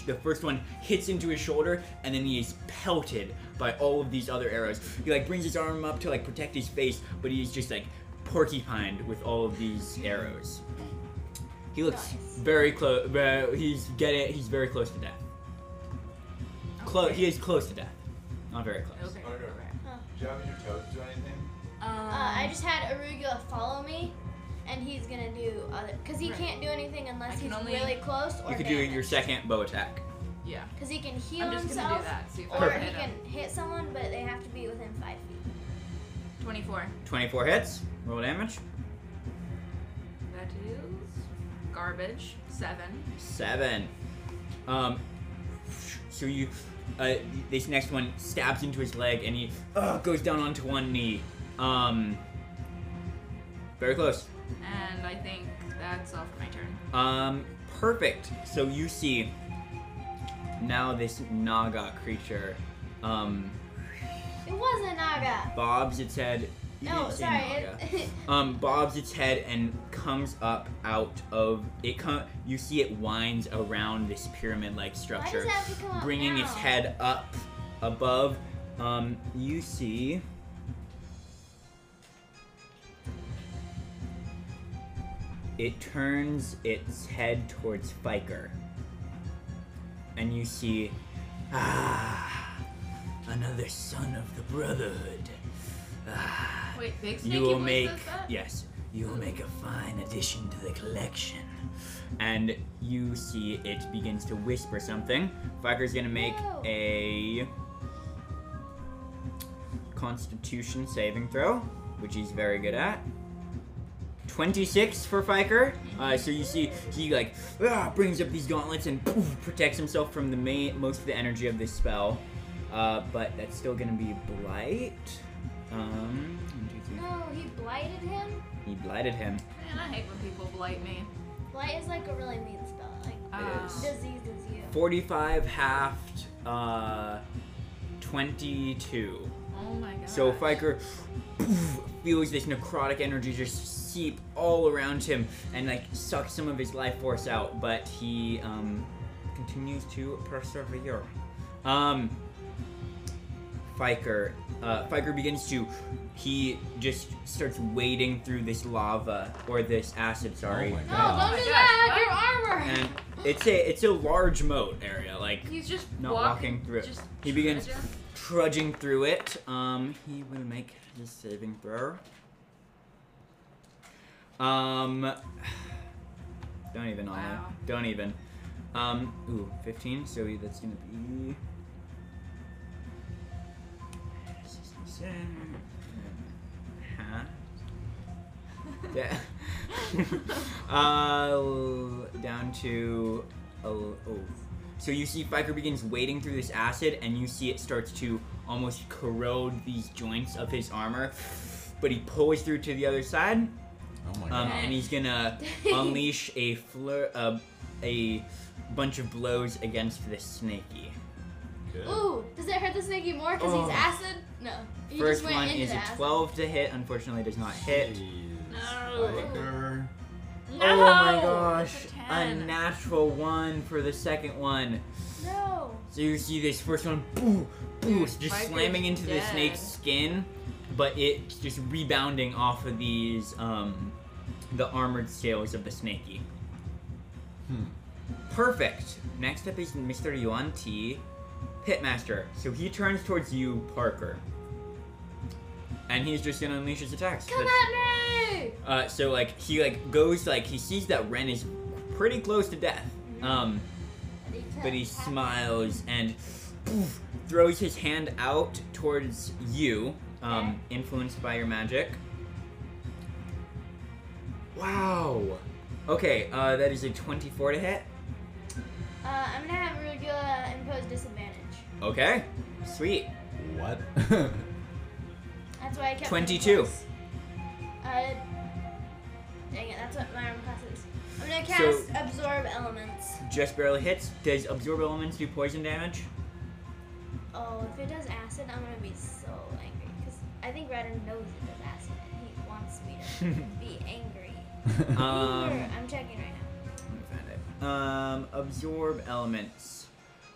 the first one hits into his shoulder and then he is pelted by all of these other arrows. He like brings his arm up to like protect his face, but he's just like porcupined with all of these arrows. He looks Nice. very close. He's get it. He's very close to death. Close. He is close to death. Not very close. Okay. Okay. right. Do you have your toes do anything? Um, Uh, I just had Arugula follow me, and he's gonna do other because he Right. can't do anything unless I can he's only- really close or You could do your damaged. second bow attack. yeah. Because he can heal I'm just himself, gonna do that. See if I or can he hit him. can hit someone, but they have to be within five feet. 24. 24 hits. Roll damage. That is garbage. Seven. Seven. Um. So you, uh, this next one stabs into his leg and he uh, goes down onto one knee. Um. Very close. And I think that's all for my turn. Um, perfect. So you see now this Naga creature um, It was a naga. bobs its head. You No, didn't say sorry. Naga. It, Um, bobs its head and comes up out of it. Com- you see it winds around this pyramid-like why structure, does it have to come up bringing now? its head up above. Um, you see. It turns its head towards Fiker, and you see, ah, the son of the Brotherhood. Ah, Wait, big snakey you will voice make does that? yes, you will make a fine addition to the collection. And you see it begins to whisper something. Fiker's gonna make No. a Constitution saving throw, which he's very good at. 26 for Fiker. Uh, so you see, he like ah, brings up these gauntlets and poof, protects himself from the main, most of the energy of this spell. Uh, but that's still gonna be blight. Um, one, two, three. No, he blighted him. He blighted him. Man, I hate when people blight me. Blight is like a really mean spell. Like Ah. is diseases you. 45 halved, uh, 22. Oh my god. So Fiker poof, feels this necrotic energy just seep all around him and like suck some of his life force out, but he um, continues to persevere. Um, Fiker, uh, Fiker begins to, he just starts wading through this lava or this acid, sorry, Oh my No, don't god. do gosh, that. Your armor. and it's a it's a large moat area. Like He's just Not walking through it. Just he begins treasure. trudging through it. Um, he will make his saving throw. Um, don't even, Olive. Wow. Don't even. Um, ooh, 15. So he- that's gonna be. Huh? Yeah. uh, l- down to oh, oh. So you see Fiker begins wading through this acid, and you see it starts to almost corrode these joints of his armor. But he pulls through to the other side, Oh my um, god. and he's gonna unleash a flur- uh, a bunch of blows against the snaky. Good. Ooh, does it hurt the snakey more because Oh. he's acid? No. He First just went one into is the a acid. 12 to hit. Unfortunately, does not hit. Jeez. No. Biker. No! Oh my gosh! It's a A, 10. natural one for the second one. No. So you see this first one, boo, boo, Dude, it's just Fiker's slamming into the dead. snake's skin, but it's just rebounding off of these, um, the armored scales of the snakey. Hmm. Perfect. Next up is Mr. Yuan T, Pitmaster. So he turns towards you, Parker, and he's just gonna unleash his attacks. Come That's- at me! uh, so like he like goes like he sees that Ren is pretty close to death. Um, but he smiles and poof, throws his hand out towards you, um, influenced by your magic. Wow. Okay, uh, that is a 24 to hit. Uh, I'm gonna have Rugula impose uh, disadvantage. Okay, sweet. What? That's why I kept. him 22. close. Uh, dang it, that's what my arm class is. I'm gonna So- cast absorb elements. Just barely hits. Does absorb elements do poison damage? Oh, if it does acid, I'm gonna be so angry because I think Ryder knows it does acid and he wants me to be angry. Um, Here, I'm checking right now. Let me find it. Um, absorb elements.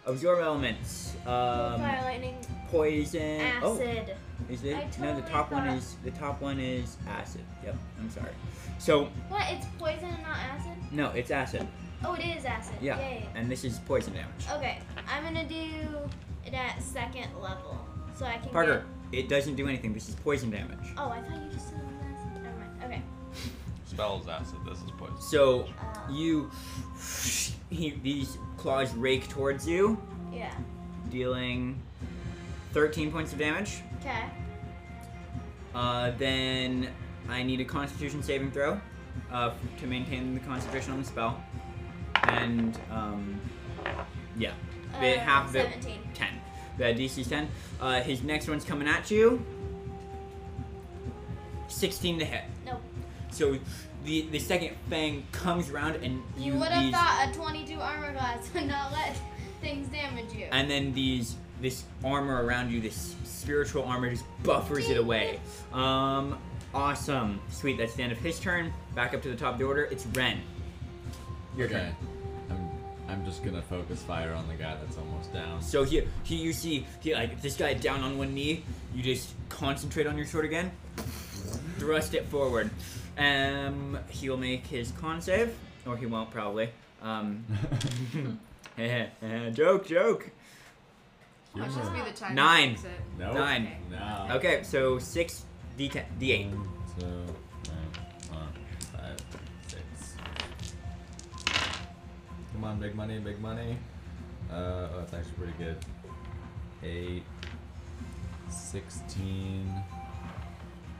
Absorb elements. Um, Fire, lightning, poison. acid. Oh, is it? I no, the totally top one thought- is the top one is acid. Yep. I'm sorry. So What? It's poison and not acid? no, it's acid, Oh, it is acid. Yeah. yeah, yeah. and this is poison damage. Okay, I'm gonna do it at second level, so I can. Parker, it doesn't do anything. This is poison damage. Get... Oh, I thought you just said it was acid. Never mind. Okay. Spells acid. This is poison. So Uh, you, he, these claws rake towards you, yeah. dealing 13 points of damage. Okay. Uh, then I need a Constitution saving throw uh, f- to maintain the concentration on the spell, and um, yeah, Bit- uh, half of it. Seventeen. ten. The DC's ten. Uh, his next one's coming at you. Sixteen to hit. No. So the the second fang comes around and you, You would have these, thought a 22 armor class would not let things damage you. and then these this armor around you, this spiritual armor, just buffers it away. Um, awesome, sweet. That's the end of his turn. Back up to the top of the order. It's Ren. Your turn. okay. I'm, I'm just gonna focus fire on the guy that's almost down. So he, he, you see, he like this guy down on one knee. You just concentrate on your sword again, thrust it forward. Um, he'll make his con save, or he won't probably. Um, joke, joke. That should just be Humor. the time. Nine. to fix it. Nope. Nine. Oh, No. Okay, so six d10, d8. One, two, three, four, five, six. Come on, big money, big money. Uh, oh, that's actually pretty good. Eight, 16,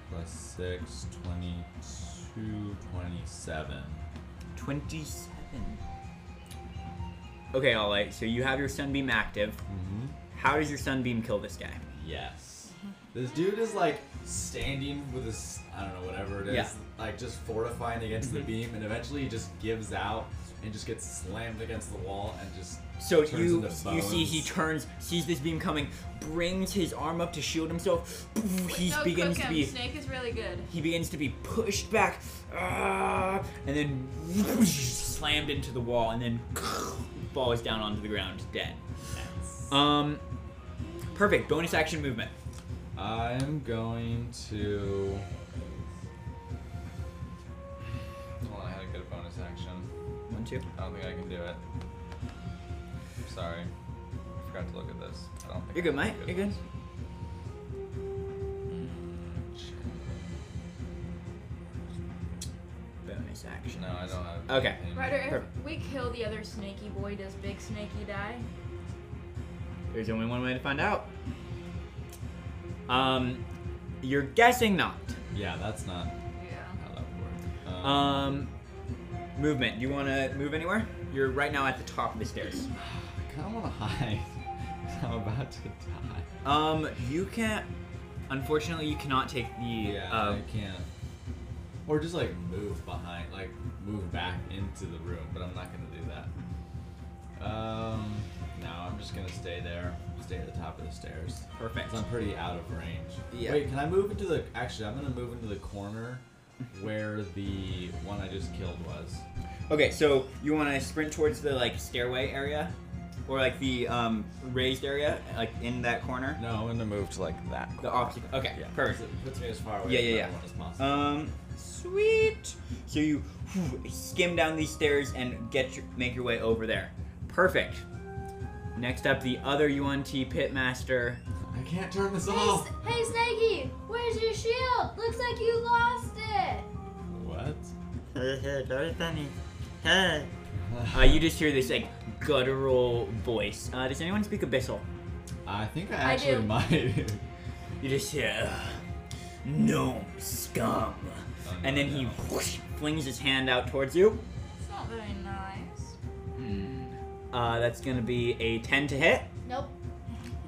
plus six, 22, 27. 27. Okay, alright, so you have your sunbeam active. Mm-hmm. How does your sunbeam kill this guy? Yes. This dude is like standing with his, I don't know, whatever it is, Yeah. Mm-hmm. like just fortifying against the beam, and eventually he just gives out and just gets slammed against the wall and just. So turns you into you see he bones. turns, sees this beam coming, brings his arm up to shield himself. He Don't begins cook to him. be Snake is really good. he begins to be pushed back, ah, and then slammed into the wall, and then falls down onto the ground dead. Um, perfect. Bonus action movement. I'm going to. Well, I had to get a bonus action. One two. I don't think I can do it. I'm sorry. I forgot to look at this. I don't think You're good, I mate. can do You're good. this. Mm, shit. Bonus action. No, I don't have. Okay. anything. Ryder, Perfect. if we kill the other snaky boy, does Big Snaky die? There's only one way to find out. Um, you're guessing not. Yeah, that's not Yeah. how that would work. Um, Um, movement. Do you want to move anywhere? You're right now at the top of the stairs. I kind of want to hide. 'cause I'm about to die. Um, you can't. Unfortunately, you cannot take the. Yeah, uh, I can't. Or just like move behind, like move back into the room, but I'm not gonna do that. Um, no, I'm just gonna stay there, stay at the top of the stairs. perfect. 'Cause I'm pretty out of range. Yeah. Wait, can I move into the? Actually, I'm gonna move into the corner where the one I just killed was. Okay, so you want to sprint towards the like stairway area, or like the um, raised area, like in that corner. No, I'm gonna move to like that. The opposite. Okay, Yeah. perfect. It puts me as far away Yeah, from yeah, yeah. everyone as possible. Um, sweet. So you whew, skim down these stairs and get your, make your way over there. Perfect. Next up, the other UNT pitmaster. I can't turn this Hey, off. S- hey, Snakey, where's your shield? Looks like you lost it. What? Hey. Uh, you just hear this like guttural voice. Uh, does anyone speak abyssal? I think I I actually do. might. You just hear "Ugh, gnome scum, Oh, no, and then he no. whoosh, flings his hand out towards you. It's not very nice. Uh, that's gonna be a 10 to hit Nope,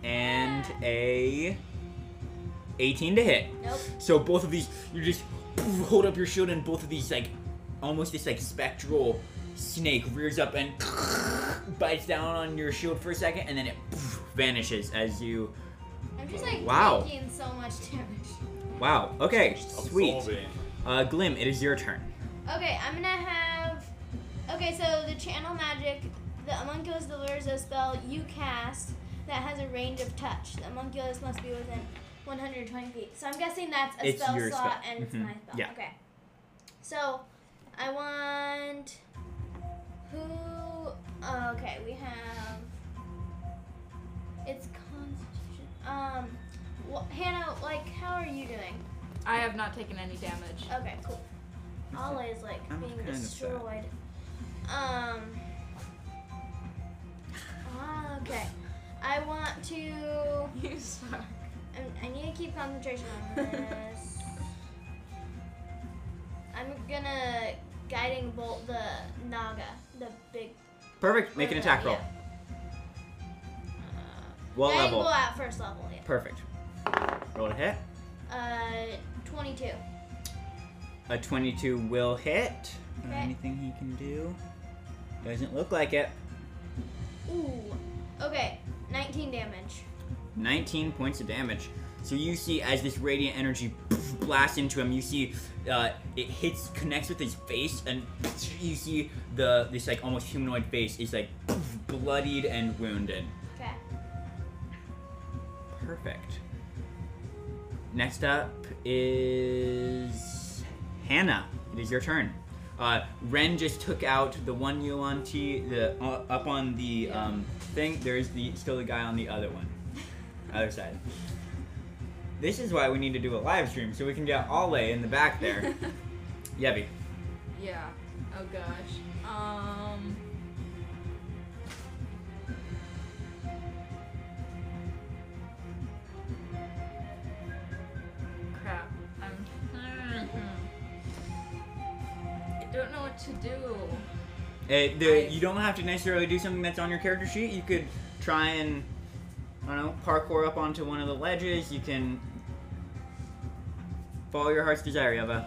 and a 18 to hit. nope. So both of these, you just hold up your shield, and both of these like almost this like spectral snake rears up and bites down on your shield for a second, and then it vanishes as you. I'm just like Wow. taking so much damage. Wow. Okay. Sweet. Uh, Glim, it is your turn. Okay, I'm gonna have. Okay, so the channel magic, the homunculus delivers a spell you cast that has a range of touch. The homunculus must be within 120 feet. So I'm guessing that's a It's spell your slot spell. and it's Mhm. my spell. Yeah. Okay. So I want. Who? Okay, we have. It's Constitution. Um, wh- Hannah, like, how are you doing? I have not taken any damage. Okay, cool. Always like I'm being kind of sad. destroyed. Um. ah, Okay. I want to. You suck. I, I need to keep concentration on this. I'm gonna guiding bolt the naga, the big. Perfect. Make an uh, attack roll. yeah. Uh, Well guiding level. bolt at first level. Yeah. Perfect. Roll to hit. Uh, 22. A 22 will hit. Uh, Okay. Anything he can do? Doesn't look like it. Ooh. Okay. 19 damage. 19 points of damage. So you see, as this radiant energy blasts into him, you see uh, it hits, connects with his face, and you see the this like almost humanoid face is like bloodied and wounded. Okay. Perfect. Next up is Hannah. It is your turn. Uh, Ren just took out the one you on T, the uh, up on the um, thing. There's the still the guy on the other one. Other side. This is why we need to do a live stream so we can get Ole in the back there. Yevi. Yeah. Oh gosh. Um. Crap. I'm. I don't know what to do. Eh, the, I- you don't have to necessarily do something that's on your character sheet. You could try and, I don't know, parkour up onto one of the ledges. You can follow your heart's desire, Yeva.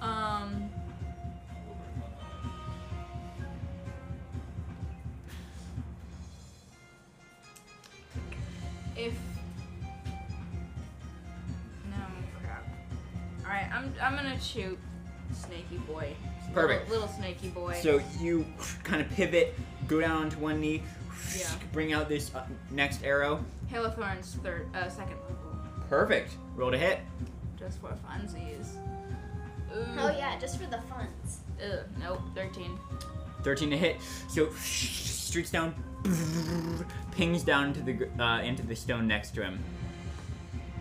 Um. If no crap. All right, I'm I'm gonna shoot Snaky Boy. Perfect. Little, little Snaky Boy. So you kind of pivot, go down to one knee, Yeah. bring out this uh, next arrow. Hail of Thorns, third, uh, second level, Perfect. Roll to hit. just for funsies. Ooh. Oh yeah, just for the funds. Ugh, nope, thirteen. 13 to hit. So streaks down, pings down to the gr- uh, into the stone next to him.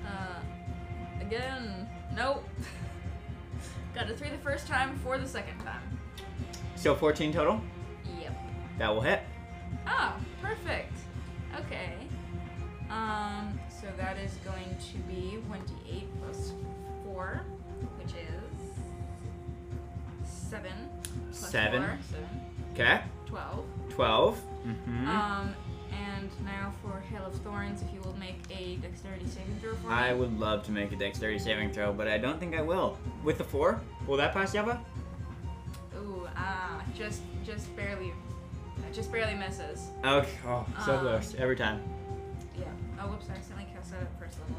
Uh, again, nope. Got a three the first time, four the second time. So 14 total. Yep. That will hit. Oh, perfect. Okay. Um, so that is going to be 1d8 plus 4, which is 7. plus Seven. Four, 7. Okay. 12. 12. Mm-hmm. Um, and now for Hail of Thorns, if you will make a dexterity saving throw for me. I would love to make a dexterity saving throw, but I don't think I will. With the four, will that pass Yava? Ooh, ah, just, just barely, just barely misses. Okay. Oh, so Um, Uh, close every time. Yeah. Oh, whoops, I accidentally cast that at first level.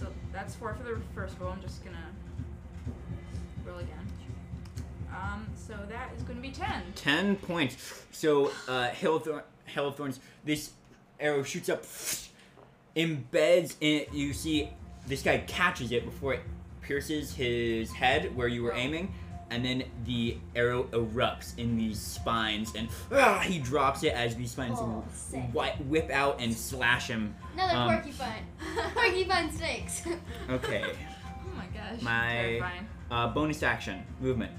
So that's four for the first roll. I'm just gonna roll again. Um, so that is gonna be ten. Ten points. So uh, Hail, of Thorn- Hail of Thorns. This arrow shoots up, embeds in it. You see, this guy catches it before it pierces his head where you were aiming, and then the arrow erupts in these spines, and ah, he drops it as these spines Oh, sick. whi- whip out and slash him. Another Um, porcupine. porcupine snakes. Okay. Oh my gosh. My- Terrifying. Uh, bonus action, movement.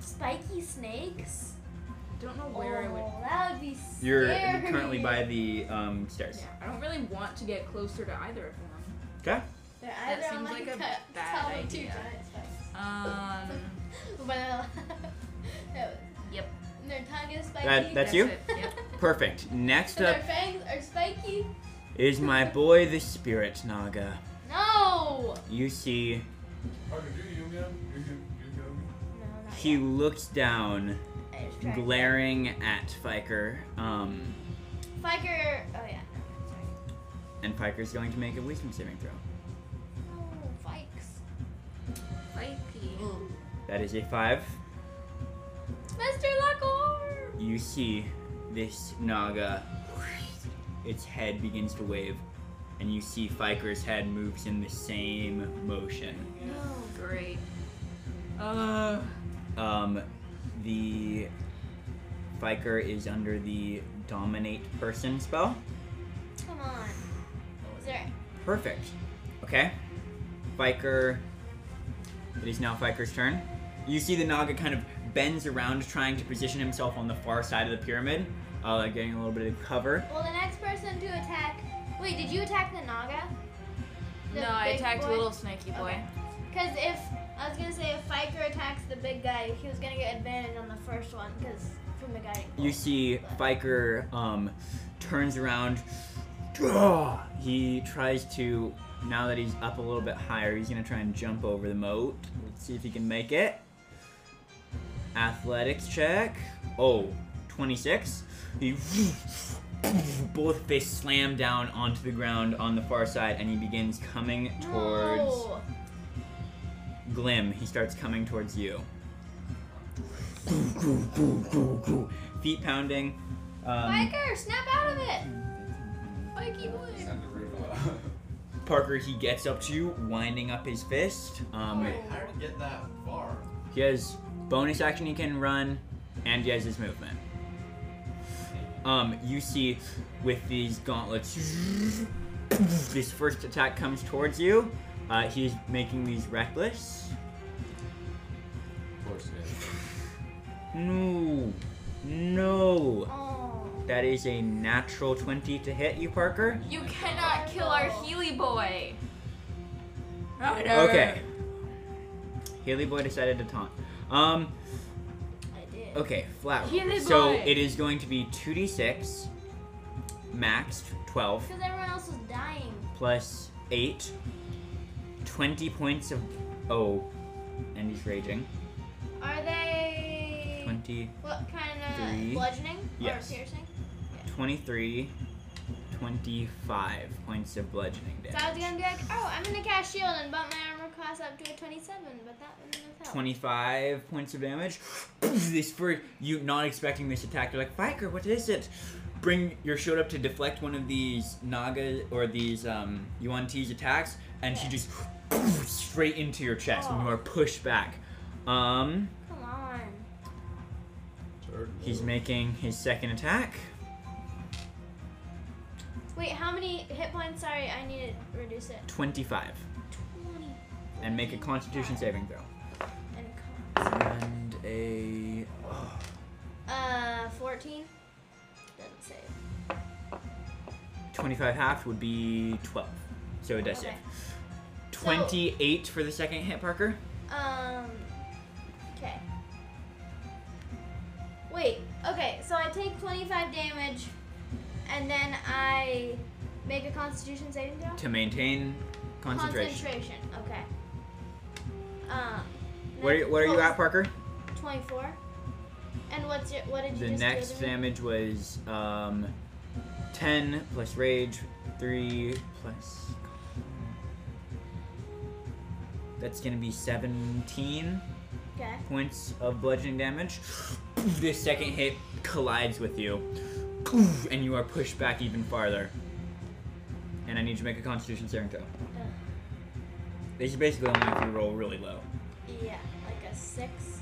Spiky snakes. Don't know where I would. Oh, that would be scary. You're currently by the um, stairs. Yeah, I don't really want to get closer to either of them. Okay. Their That eyes are seems on like a cut- bad towel with two idea. giant spikes. Um. Well, no, Yep. their tongue is spiky. That- that's you? It. Yep. Perfect. Next and up their fangs are spiky. is my boy the spirit Naga. No. You see, No, not he yet. looks down, I was trying to- glaring at Fiker. Um, Fiker. Oh yeah. no, sorry. and Fiker's going to make a wisdom saving throw. Oh, Fikes. Spiky. That is a five. Mr. Lacor. You see this Naga, its head begins to wave, and you see Fiker's head moves in the same motion. Oh, great. Uh. Um, the Fiker is under the dominate person spell. Come on. What was there? Perfect. Okay. Fiker. It is now Fiker's turn. You see the Naga kind of bends around, trying to position himself on the far side of the pyramid, uh, like getting a little bit of cover. Well, the next person to attack. Wait, did you attack the Naga? The No, I big attacked boy? little snaky boy. Okay. Because if I was gonna say if Fiker attacks the big guy, he was gonna get advantage on the first one because from the guiding. bolt. You see Fiker um, turns around. Draw! He tries to. Now that he's up a little bit higher, he's gonna try and jump over the moat. Let's see if he can make it. Athletics check. Oh, 26. He both fists slam down onto the ground on the far side, and he begins coming towards No. Glim. He starts coming towards you. Feet pounding. Um, Fiker, snap out of it! Mikey boy. Send the roof up. Parker, he gets up to you, winding up his fist. Um, Wait, how did it get that far? he has bonus action he can run, and he has his movement. Um, you see, with these gauntlets, This first attack comes towards you. Uh, he's making these reckless. Of course it is. No. No. Oh. That is a natural 20 to hit you, Parker. You cannot kill our Oh. Healy boy. Right Okay. Haley Boy decided to taunt. Um, I did. okay, flower. Healy so Boy. it is going to be 2d6, maxed 12, Because everyone else is dying. plus 8, 20 points of. Oh, and he's raging. Are they 20, what kind Three. of bludgeoning Yes. or piercing? 23, 25 points of bludgeoning So I was damage. gonna be like, oh, I'm gonna cast shield and bump my armor class up to a 27, but that wouldn't have helped. 25 points of damage. this for you not expecting this attack. You're like, Biker, what is it? Bring your shield up to deflect one of these Naga or these um, Yuan T's attacks, and she just straight into your chest, and you are pushed back. Um, Come on. Third he's move. making his second attack. Wait, how many hit points? Sorry, I need to reduce it. 25, 20 and make a Constitution saving throw. and con. And a oh, Uh, 14. Doesn't save. 25 half would be 12, so it does Okay. save. 28 for the second hit, Parker. Um. Okay. Wait. Okay. So I take 25 damage, and then I make a Constitution saving throw. To maintain concentration. Concentration. Okay. Um. What are, what are you at, Parker? 24. And what's your what did you The just next do to me? damage was um, 10 plus rage, 3 plus. That's gonna be 17 Okay. points of bludgeoning damage. This second hit collides with you, and you are pushed back even farther. And I need you to make a Constitution saving throw. This is basically only if you roll really low. Yeah, like a six.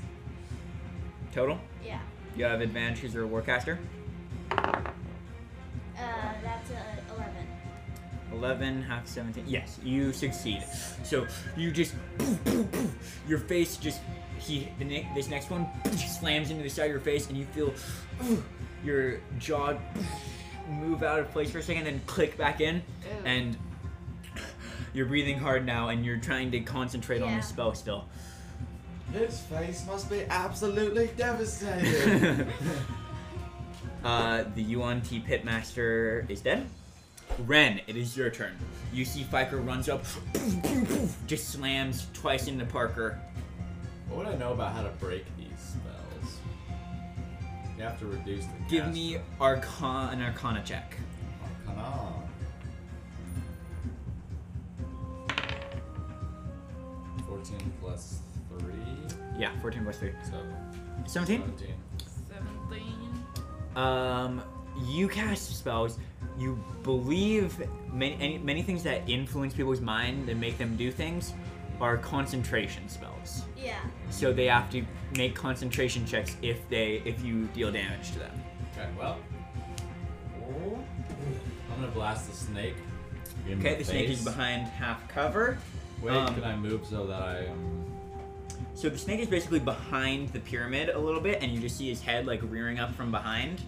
Total, Yeah. you have advantage because you're a warcaster. Uh, that's a 11. 11, half 17. Yes, you succeed. So you just, poof, poof, poof, your face just, he, the ne- this next one slams into the side of your face and you feel ooh, your jaw move out of place for a second, then click back in. And you're breathing hard now and you're trying to concentrate on Yeah. the spell still. His face must be absolutely devastated. Uh, the Yuan T Pitmaster is dead. Ren, it is your turn. You see Fiker runs up, just slams twice into Parker. what would I know about how to break these spells? You have to reduce the. Give cast me spell. Arcana, an Arcana check. Come on. Fourteen plus three, Yeah, 14 plus 3. so 17? seventeen. 17. Um, you cast spells. You believe many, any, many things that influence people's mind and make them do things are concentration spells. Yeah. So they have to make concentration checks if they if you deal damage to them. Okay, well, I'm gonna blast the snake. in Okay, the snake is face. behind half cover. Wait, um, can I move so that I um, am? So the snake is basically behind the pyramid a little bit, and you just see his head like rearing up from behind.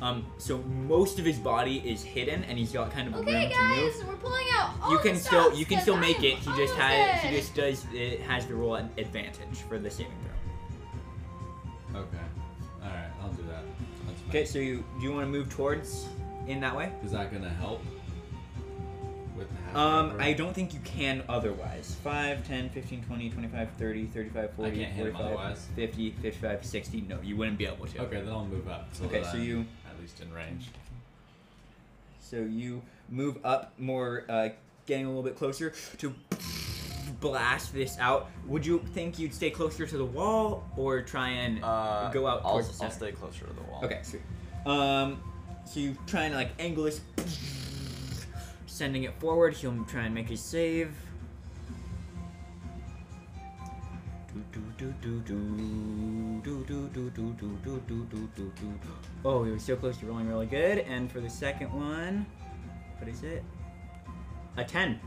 Um, so most of his body is hidden, and he's got kind of Okay, room to guys, move. we're pulling out all you the can still stops you can 'cause still make I'm it. He just almost has he dead. just does it has the roll at advantage for the saving throw. Okay, all right, I'll do that. That's fine. Okay, so you do you want to move towards in that way? Is that gonna help? With half Um, cover? I don't think you can otherwise. 5, 10, 15, 20, 25, 30, 35, 40, can't hit him 45, otherwise. 50, 55, 60. No, you wouldn't be able to. Okay, then I'll move up. So Okay, that so I'm you- at least in range. So you move up more, uh, getting a little bit closer to blast this out. Would you think you'd stay closer to the wall or try and Uh, go out I'll, towards the I'll center? stay closer to the wall. Okay, sweet. Um, so you try and like angle this, sending it forward. He'll try and make his save. Oh, he was so close to rolling really good. And for the second one, what is it? A 10.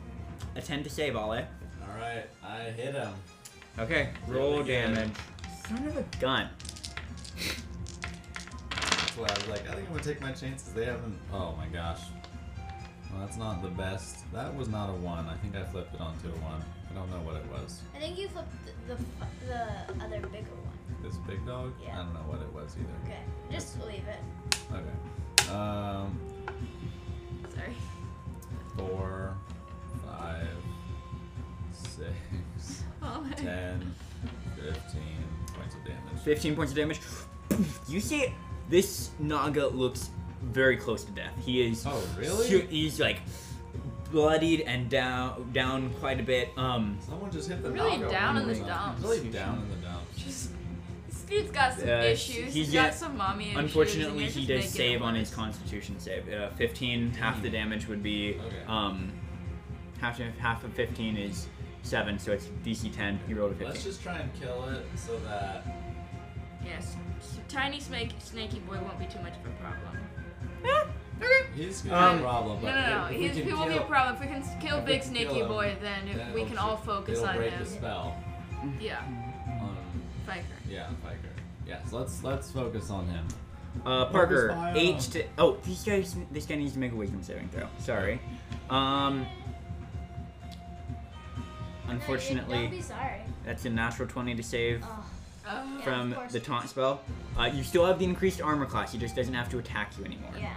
A 10 to save, Ollie. Alright, I hit him. Okay, Roll roll again. damage. Son of a gun. That's why I was like, I think I'm gonna take my chances. They haven't. Oh my gosh. Well, that's not the best. That was not a one. I think I flipped it onto a one. I don't know what it was. I think you flipped the, the, f- the other bigger one. This big dog? Yeah. I don't know what it was either. Okay, just leave it. Okay. Um, Sorry. four, five, six, ten, fifteen points of damage. 15 points of damage. You see, this Naga looks very close to death. He is. Oh, really? su- He's like bloodied and down down quite a bit. Um, Someone just hit the Really dog down over in the something. dumps. Really down in the dumps. Just, this dude's got some Uh, issues. he's He's got yet- some mommy issues. and unfortunately, you're he does just making it save on worse. his Constitution save. Uh, 15. Half the damage would be. Hmm. Okay. Um, half of half of 15 is seven, so it's DC 10. He rolled a 15. Let's just try and kill it so that Yes. So tiny snake, snaky boy won't be too much of a problem. he's gonna Um, be a problem. No, But no, no. if we He's, can he won't be a kill- problem. If we can s- kill if we Big can Snaky kill him, Boy, then, then we it'll can just- all focus it'll on break him. the spell Yeah, on Viker. yeah, Viker. Yes, let's let's focus on him. Uh, What Parker, was my, uh, eight to oh, these guys, this guy needs to make a wisdom saving throw. Sorry. Um, Don't unfortunately, be sorry. that's a natural twenty to save Oh, Oh, from of course. the taunt spell. Uh, you still have the increased armor class. He just doesn't have to attack you anymore. yeah.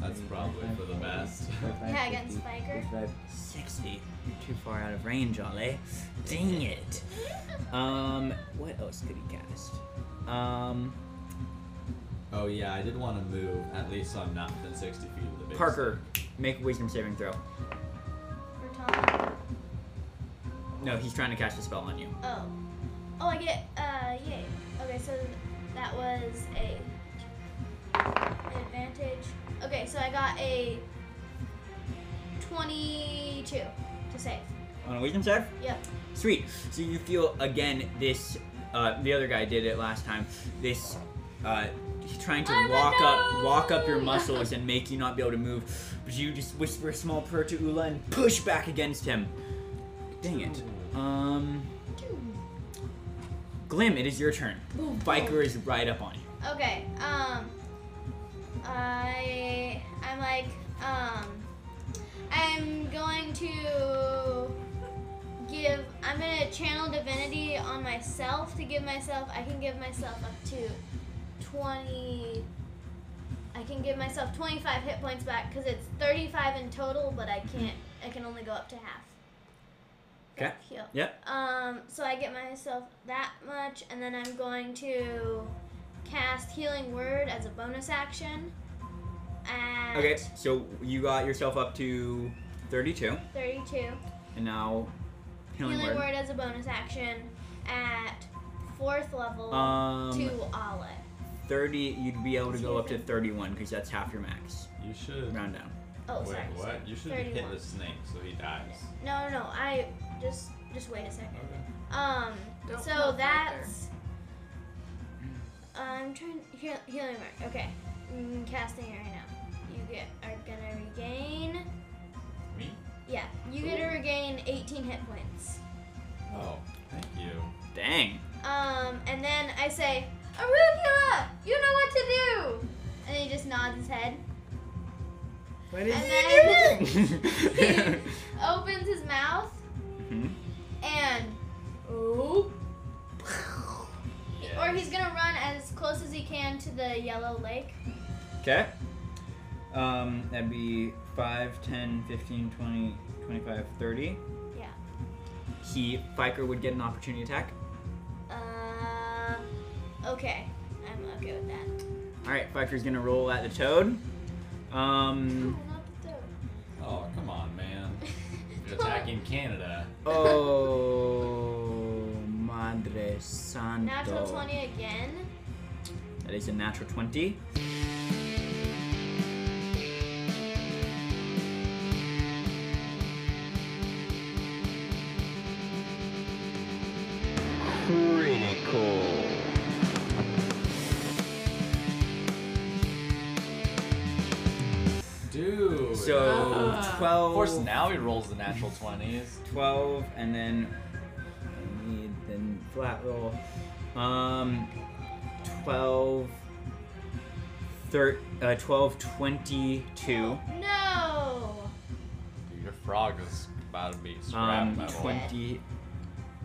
That's probably for the best. Yeah, against Spiker. Sixty. You're too far out of range, Ollie. Dang it. Um, what else could he cast? Um, oh yeah, I did want to move at least so I'm not within 60 feet of the big Parker, make a wisdom saving throw. For Tom. No, he's trying to cast a spell on you. Oh. Oh, I get, uh, yay. Okay, so th- that was a an advantage. Okay, so I got a 22 to save. On a wisdom save. Yep. Sweet. So you feel again this. Uh, the other guy did it last time. This uh, trying to I'm a walk up, dog! walk up your muscles and make you not be able to move. But you just whisper a small prayer to Ula and push back against him. Dang it. Um. Glim, it is your turn. Biker is right up on you. Okay, um, I, I'm like, um, I'm going to give, I'm gonna channel divinity on myself to give myself, I can give myself up to 20, I can give myself 25 hit points back because it's 35 in total, but I can't, I can only go up to half. Okay. Heal. Yep. Um, so I get myself that much, and then I'm going to cast Healing Word as a bonus action. At Okay. So you got yourself up to 32, 32. and now healing, Healing, word. as a bonus action at fourth level Um, to Olive. 30. You'd be able to go up to 31 because that's half your max. You should. Round down. Oh, Wait, sorry. sorry. what? You should have hit 31. the snake so he dies. No, no, no. I just just wait a second. Okay. Um, Don't so pull a fight that's. I'm trying heal, healing word. Okay, I'm casting it right now. You get are gonna regain. Me? Yeah, you get to regain 18 hit points. Oh, thank you. Dang. Um, and then I say, Arugula, you know what to do. And he just nods his head, What is And he doing? opens his mouth, Mm-hmm. Mhm. and oh, or he's gonna run as close as he can to the yellow lake. Okay. Um, that'd be 5, 10, 15, 20, 25, 30. Yeah. He, Fiker would get an opportunity attack. Uh, okay, I'm okay with that. Alright, Fiker's gonna roll at the toad. Mm. Um, Oh, not the toad. Oh, come on, man. You're attacking uh, Canada. oh, madre santo. Natural 20 again. That is a natural 20. Critical. So Ah. 12. Of course, now he rolls the natural 20s. 12 and then I need then flat roll um 12 thir- uh, 12 22 No. Dude, your frog is about to be scrap um metal. 20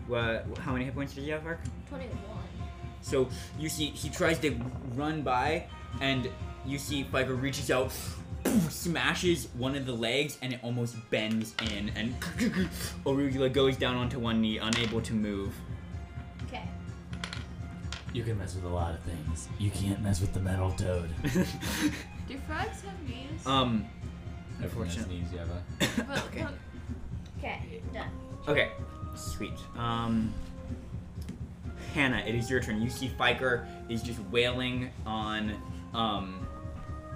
what how many hit points did you have Mark? Twenty-one. so you see he tries to run by and you see Fiker reaches out smashes one of the legs and it almost bends in and Arugula goes down onto one knee unable to move Okay. You can mess with a lot of things. You can't mess with the metal toad. Do frogs have knees? um Everyone has Unfortunately. knees, you have a- But- okay. but- Okay. Done. Okay, sweet. Um, Hannah, it is your turn. You see Fiker is just wailing on, um,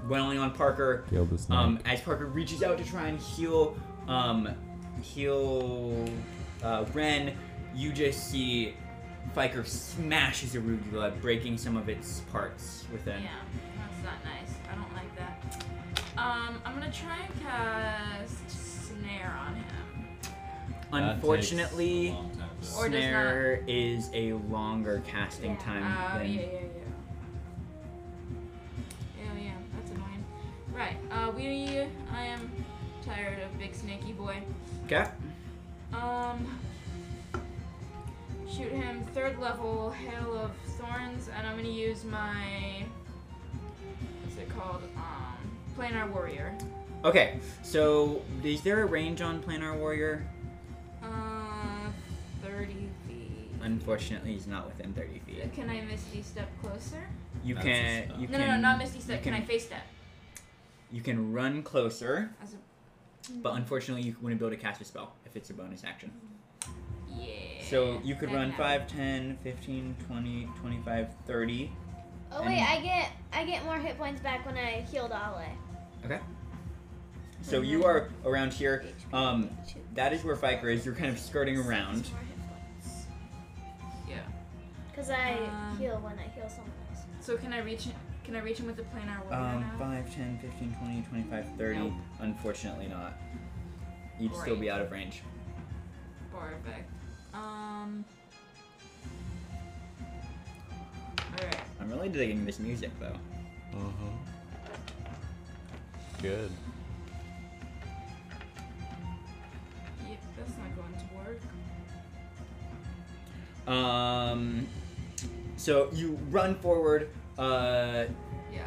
wailing on Parker. Um, as Parker reaches out to try and heal, um, heal, uh, Ren, you just see Fiker smashes Arugula, breaking some of its parts within. Yeah, that's not nice. I don't like that. Um, I'm gonna try and cast snare on him. That takes a Unfortunately, long time to- Or does Snare is a longer casting Yeah, Oh time yeah, than. yeah, yeah. Yeah, yeah, that's annoying. Right. Uh, we. I am tired of big snaky boy. Okay. Um. Shoot him third level hail of thorns, and I'm gonna use my. What's it called? Um, planar warrior. Okay, so is there a range on Planar Warrior? Uh, thirty feet. Unfortunately, he's not within 30 feet. Can I misty step closer? You That's a can. stop. You no, can, no, no, not misty step. you Can, I face step? You can run closer, As a but unfortunately, you wouldn't be able to cast a spell if it's a bonus action. yeah. So you could That run happens. 5, 10, 15, 20, 25, 30. Oh wait, And- I get I get more hit points back when I healed Ale. So you are around here. Um, Two. that is where Fiker is. You're kind of skirting around. Yeah. Because I Um, heal when I heal someone else. So can I reach? him- Can I reach him with the planar warrior Um, now? 5, 10, 15, 20, 25, 30. Nope. Unfortunately, not. You'd still be out of range. Perfect. Um. All right. I'm really digging this music, though. Mm-hmm. Good. Yep, that's not going to work. Um, so you run forward. Uh, Yeah.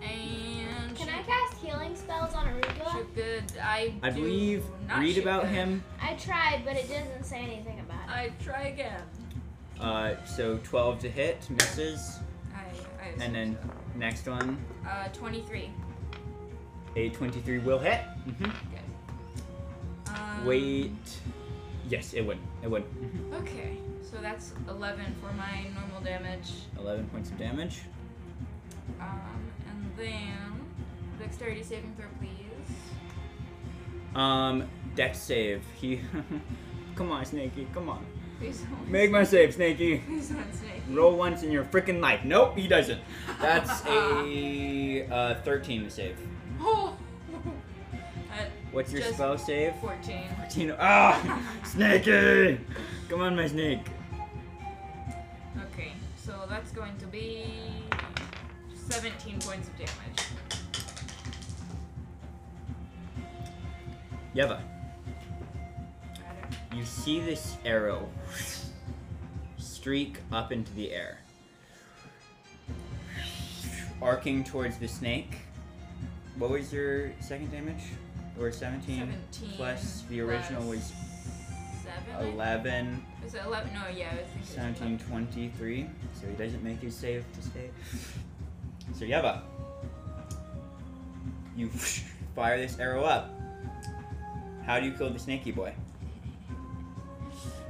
And Can I shoot, cast healing spells on Arugula? shoot good. I. I do believe not read shoot about good. him. I tried, but it doesn't say anything about it. I try again. Uh, so 12 to hit, misses. I. I And then next one, Uh, twenty-three. a 23 will hit. hmm Um, Wait. Yes, it would. It would. Mhm. Okay. So that's eleven for my normal damage. 11 points of damage. Um, and then dexterity saving throw, please. Um, dex save. He. Come on, Snakey. Come on. Please don't. Make my save, Snakey. Please don't snake. Roll once in your freaking life. Nope, he doesn't. That's a uh, 13 to save. Oh. At What's your Just- spell save? fourteen. Tino. Ah! Snakey! Come on, my snake. Okay. So that's going to be seventeen points of damage. Yeva, Got it. you see this arrow streak up into the air, arcing towards the snake. What was your second damage? Or 17? Seventeen. plus the original was seven. I- 11, Was it eleven? No. Yeah. I was thinking. 17, 23. So he doesn't make his save to stay. So, Yeva, you fire this arrow up. How do you kill the snakey boy?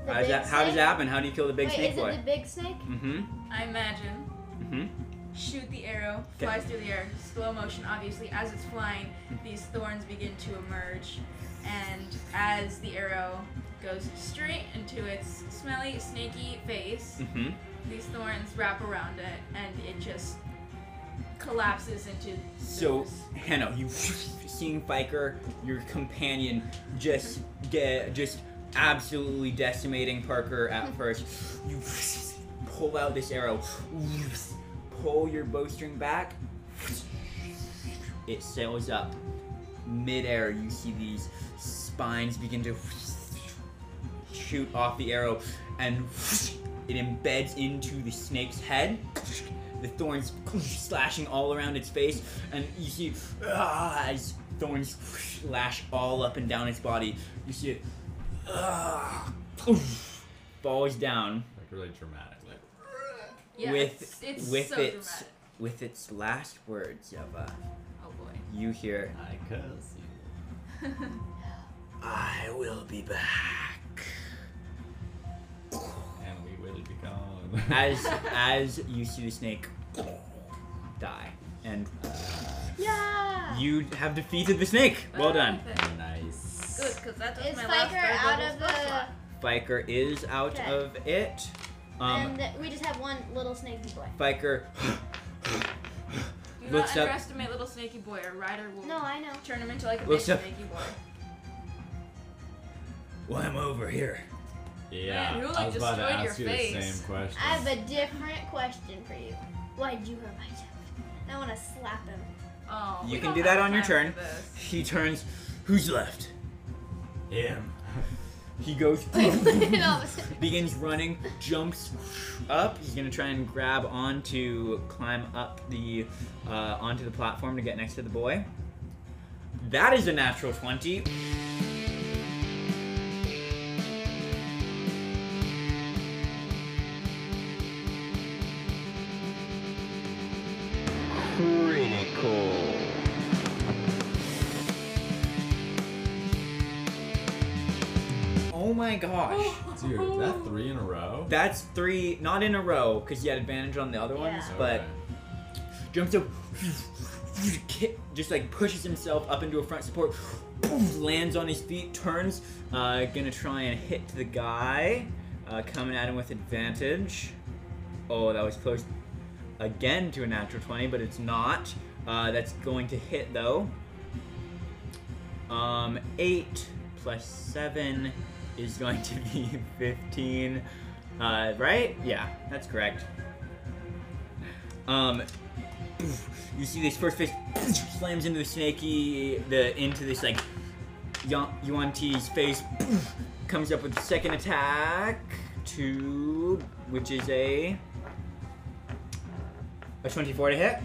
The How does, big that, how does snake? that happen? How do you kill the big Wait, snake is boy? it the big snake? Mm-hmm. I imagine. Mm-hmm. shoot the arrow, Okay. Hmm. flies through the air, slow motion, obviously. As it's flying, these thorns begin to emerge, and as the arrow goes straight into its smelly, snaky face, Mm-hmm. these thorns wrap around it, and it just collapses into. So those. Hannah, you seeing Fiker, your companion, just get just absolutely decimating Parker at first. You pull out this arrow, pull your bowstring back. It sails up. Midair, you see these spines begin to shoot off the arrow, and it embeds into the snake's head. The thorns slashing all around its face, and you see ah, as thorns lash all up and down its body. You see it ah, falls down Like really dramatically. Yeah, with it's, it's with so its dramatic. with its last words of uh, Oh boy. you hear I curse you. I will be back. And we will be gone. As as you see the snake die, and Yeah. you have defeated the snake. Ah. Well done. Perfect. Nice. Good, because that was Is my last Spiker third out level of the? spell slot. Biker is out Okay. of it. Um, and we just have one little snaky boy. Biker Do looks not up- underestimate little snaky boy, or Ryder will No, I know. turn him into like a big Looks up- snaky boy. Well, I'm over here. yeah. Man, who, I like, was about to destroyed your ask you the face? same question. I have a different question for you. Why'd you hurt my toe? And I want to slap him. Oh, You we can don't do that have on your time turn. for this. He turns. Who's left? Him. He goes. And all of a sudden- begins running, jumps up. He's gonna try and grab onto, climb up the uh, onto the platform to get next to the boy. That is a natural twenty. Critical. Oh my gosh. Dude, that three in a row? That's three, not in a row, because you had advantage on the other Yeah. ones, Okay. but jumps up, ki- just like pushes himself up into a front support, lands on his feet, turns, uh, gonna try and hit the guy, uh, coming at him with advantage. Oh, that was close again to a natural 20, but it's not. Uh, that's going to hit though. Um, 8 plus 7 is going to be 15. Uh, right? Yeah, that's correct. Um, you see this first fist slams into the snaky, the into this like Yuan Yuan T's face. Comes up with the second attack, two, which is a a 24 to hit,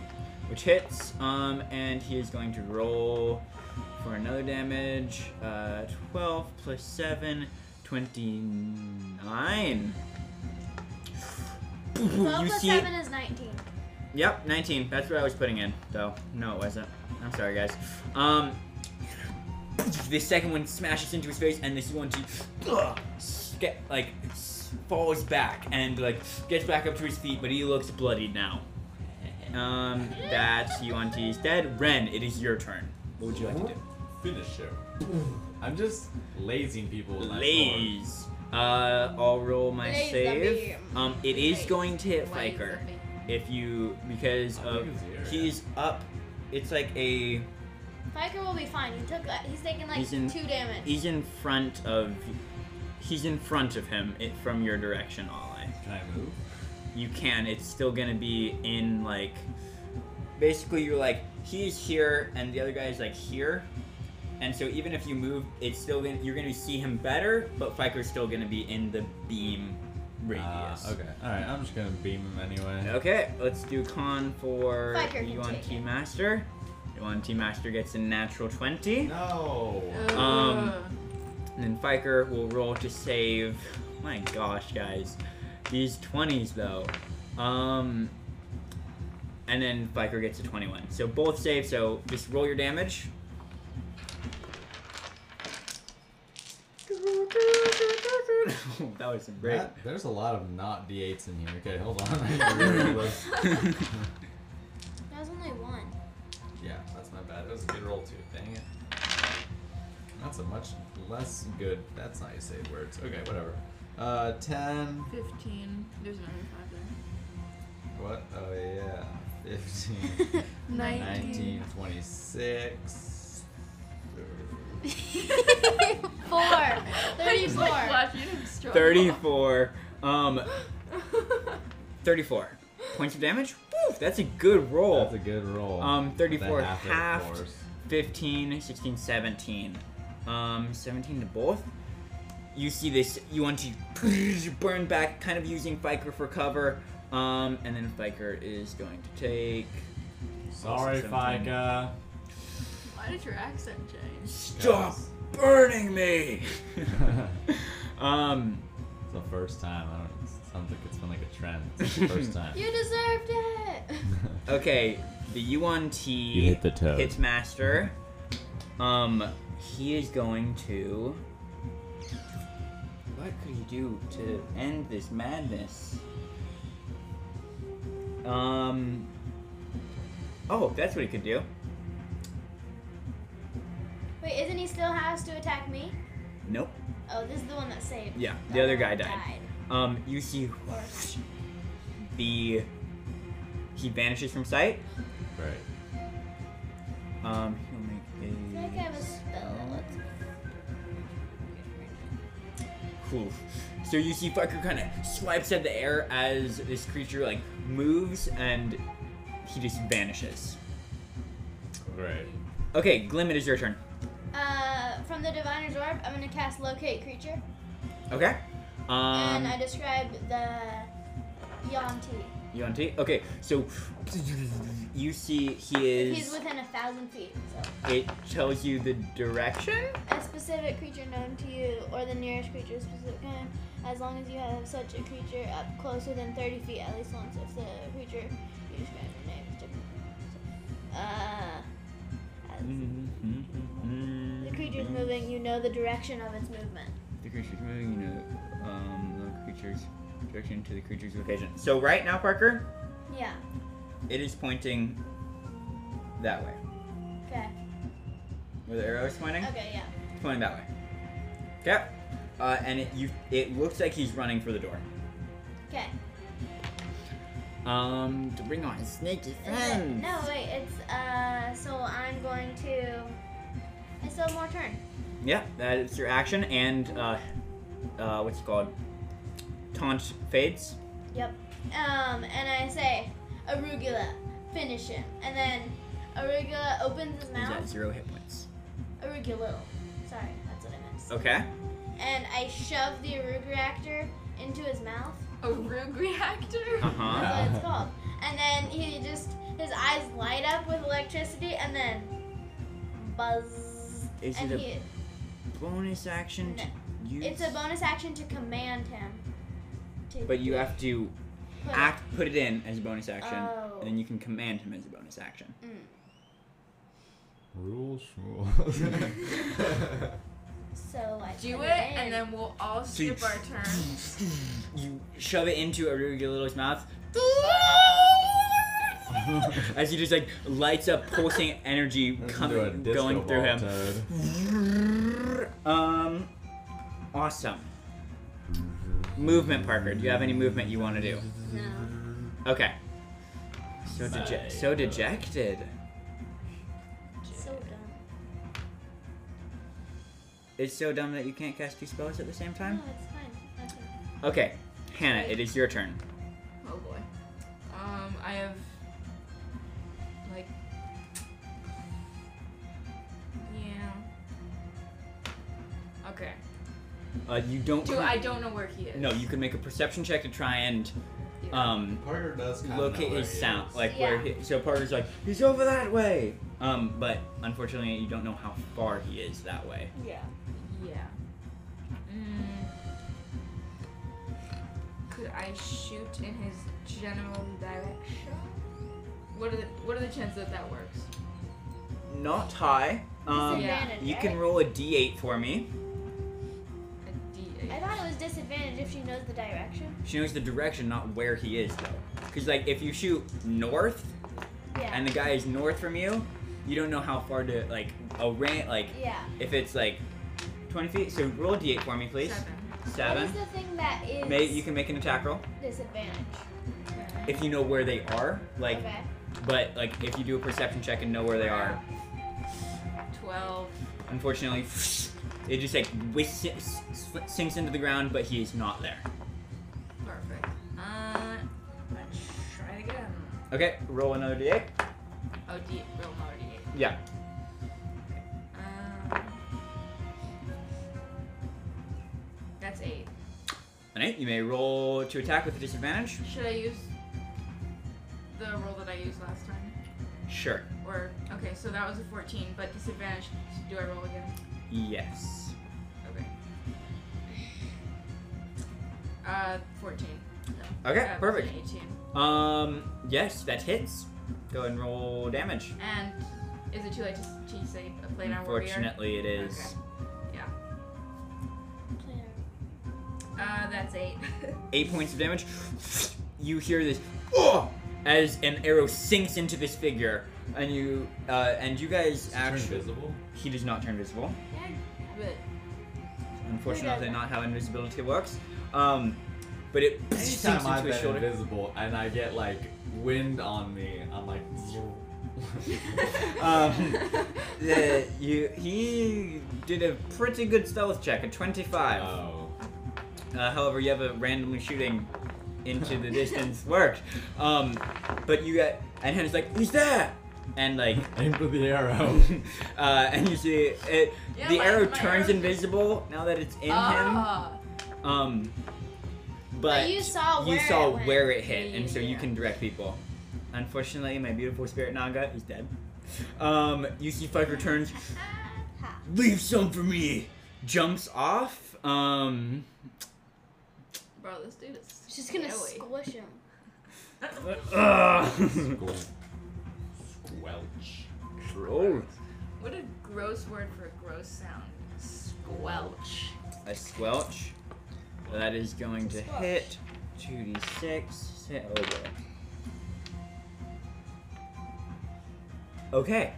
which hits. Um, and he is going to roll for another damage. Uh, 12 plus 7, 29. Twelve you plus see, seven is nineteen. Yep, 19. That's what I was putting in, though. No, it wasn't. I'm sorry, guys. Um, the second one smashes into his face, and this one, he, ugh, get, like, s- falls back and, like, gets back up to his feet, but he looks bloodied now. Um, that's Yuan-T's dead. Ren, it is your turn. What would you like to do? Finish him. I'm just lazing people with my sword. Laze. Uh, I'll roll my Laze the save. beam. Um, it is Laze. going to hit Why is Fiker. that big? If you, because I of, think it's the area. he's up, it's like a, Fiker will be fine. He took. Uh, he's taking like He's in- two damage. He's in front of. He's in front of him it, from your direction, Ollie. Can I move? Uh, You can. It's still gonna be in like. Basically, you're like he's here, and the other guy's like here, and so even if you move, it's still gonna you're gonna see him better, but Fiker's still gonna be in the beam Uh, radius. okay. Alright, I'm just gonna beam him anyway. Okay, let's do con for Fiker can Yuan take T it. Master. Yuan T Master gets a natural twenty. No! Uh, Um, Ugh. And then Fiker will roll to save. My gosh, guys. These 20s, though. Um, and then Fiker gets a 21. So both save, so just roll your damage. that was some great. That- there's a lot of not D8s in here. Okay, hold on. I need to reroll this. That was only one. yeah, that's my bad. It was a good roll too. Dang it. That's a much less good. That's not how you say words. Okay, whatever. Uh, 10. 15. There's another 5 there. What? Oh, yeah. 15. 19, 26, Four. He's like Thirty-four. watching him struggle. 34. Um, 34 points of damage. Woo, that's a good roll. That's a good roll. Um, With 34 the half-hit halved. force. 15, 16, 17. Um, 17 to both. You see this, you want to burn back, kind of using Fiker for cover. Um, and then Fiker is going to take. Sorry, Also 17. Fika. Why did your accent change? Stop burning me! um, It's the first time. I don't. It sounds like it's been like a trend. It's the first time. You deserved it. okay, the UNT You hit the toe. Hitmaster. Um, he is going to. What could he do to end this madness? Um. Oh, that's what he could do. Wait, isn't he still housed to attack me? Nope. Oh, this is the one that saved. Yeah, the that other one guy that died. Um, you see the. He vanishes from sight. Great. Um, he'll I feel make a. like I have a spell that lets me. Cool. So you see Fucker kind of swipes at the air as this creature like moves and he just vanishes. Great. Okay, Glim, it is your turn. Uh, from the Diviner's Orb, I'm gonna cast Locate Creature, Okay. and Um, I describe the Yonti. you on T? Okay, so you see he is. He's within a thousand feet, so it tells you the direction. a specific creature known to you or the nearest creature of specific kind, as long as you have such a creature up close within 30 feet at least once if the creature you describe the name is different. So, uh, as Mm-hmm. the creature's moving, you know the direction of its movement. The creature's moving. You know, um, the creature's direction to the creature's location. So right now, Parker, Yeah, it is pointing that way. okay. Where the arrow is pointing. Okay, yeah. It's pointing that way. Okay. Uh, and it you it looks like he's running for the door. Okay. Um, to bring on snaky friends. Uh, No, wait, it's, uh, so I'm going to. I still have more turn. Yeah, that is your action and uh, uh, what's it called? Taunt fades. Yep. Um, and I say, Arugula, finish him. And then Arugula opens his He's mouth. at zero hit points. Arugula. Sorry, that's what I meant. to say. Okay. And I shove the Arug reactor into his mouth. A rogue reactor? Uh huh. That's what it's called. And then he just his eyes light up with electricity and then buzz. Is and it a he, bonus action? To use? it's a bonus action to command him. To But you have to put- act, put it in as a bonus action, Oh. and then you can command him as a bonus action. Mm. Rules, rules. So I Do put it, in. and then we'll all skip you- our turn. You shove it into Arugula's mouth. As he just like lights up, pulsing energy coming, going through him. Um, awesome. Movement, Parker. Do you have any movement you want to do? no. Okay. So, dege- so dejected. So dumb. It's so dumb that you can't cast two spells at the same No, time. it's fine. That's fine. Okay, Hannah, it is your turn. Oh boy. Um, I have like yeah. Okay. Uh, you don't. Do I don't know where he is. No, you can make a perception check to try and um Parker does kinda know locate where his he sound, is. like where. Yeah. He, so Parker's like, he's over that way. Um, but unfortunately, you don't know how far he is that way. Yeah. Yeah. Mm. Could I shoot in his general direction? What are the What are the chances that that works? Not high. Um, Disadvantage, you right? can roll a d8 for me. A D8. I thought it was disadvantage if she knows the direction. She knows the direction, not where he is though. Because like if you shoot north Yeah. and the guy is north from you, you don't know how far to like a ran like yeah. if it's like 20 feet. So roll a d8 for me, please. Seven. Seven. What is the thing that is May you can make an attack roll disadvantage? if you know where they are. Like, okay. but like if you do a perception check and know where they are. Twelve. Unfortunately, it just like whis- s- s- sinks into the ground, but he is not there. Perfect. Uh, let's try it again. Okay, roll another d8. Oh, D, roll another D8. Yeah. Um, that's eight. An 8. You may roll to attack with a disadvantage. Should I use the roll that I used last time? Sure. Or okay, so that was a fourteen, but disadvantage. Do I roll again? Yes. Okay. Uh, fourteen. Okay, Uh, perfect. an Eighteen. Um, yes, that hits. Go ahead and roll damage. And is it too late to, to say a play down warrior? Unfortunately, it is. Uh, that's eight. Eight points of damage. You hear this oh! as an arrow sinks into this figure, and you uh, and you guys actually invisible? he does not turn visible. but Unfortunately, not how invisibility works. Um, but it sinks Anytime I've into his been shoulder. invisible and I get like wind on me, I'm like. Um, the, you, he did a pretty good stealth check, a twenty-five. oh. Uh, however, you have a randomly shooting into the distance worked. Um, but you get and Hannah's like, "Who's that?" And like, Aim for the arrow. uh, and you see it. Yeah, the my- arrow my turns arrow's- invisible now that it's in Ah. him. Um, but, But you saw you where saw it went. where it hit, and so you Yeah. can direct people. Unfortunately, my beautiful spirit Naga is dead. Um, you see Fudge returns. Ha. Leave some for me. Jumps off. Um, bro, this dude is She's gonna scary. squish him. Uh, ugh. Squel- Squelch. Roll. What a gross word for a gross sound. Squelch. A squelch. That is going to hit 2d6. Say- Oh, boy. Okay.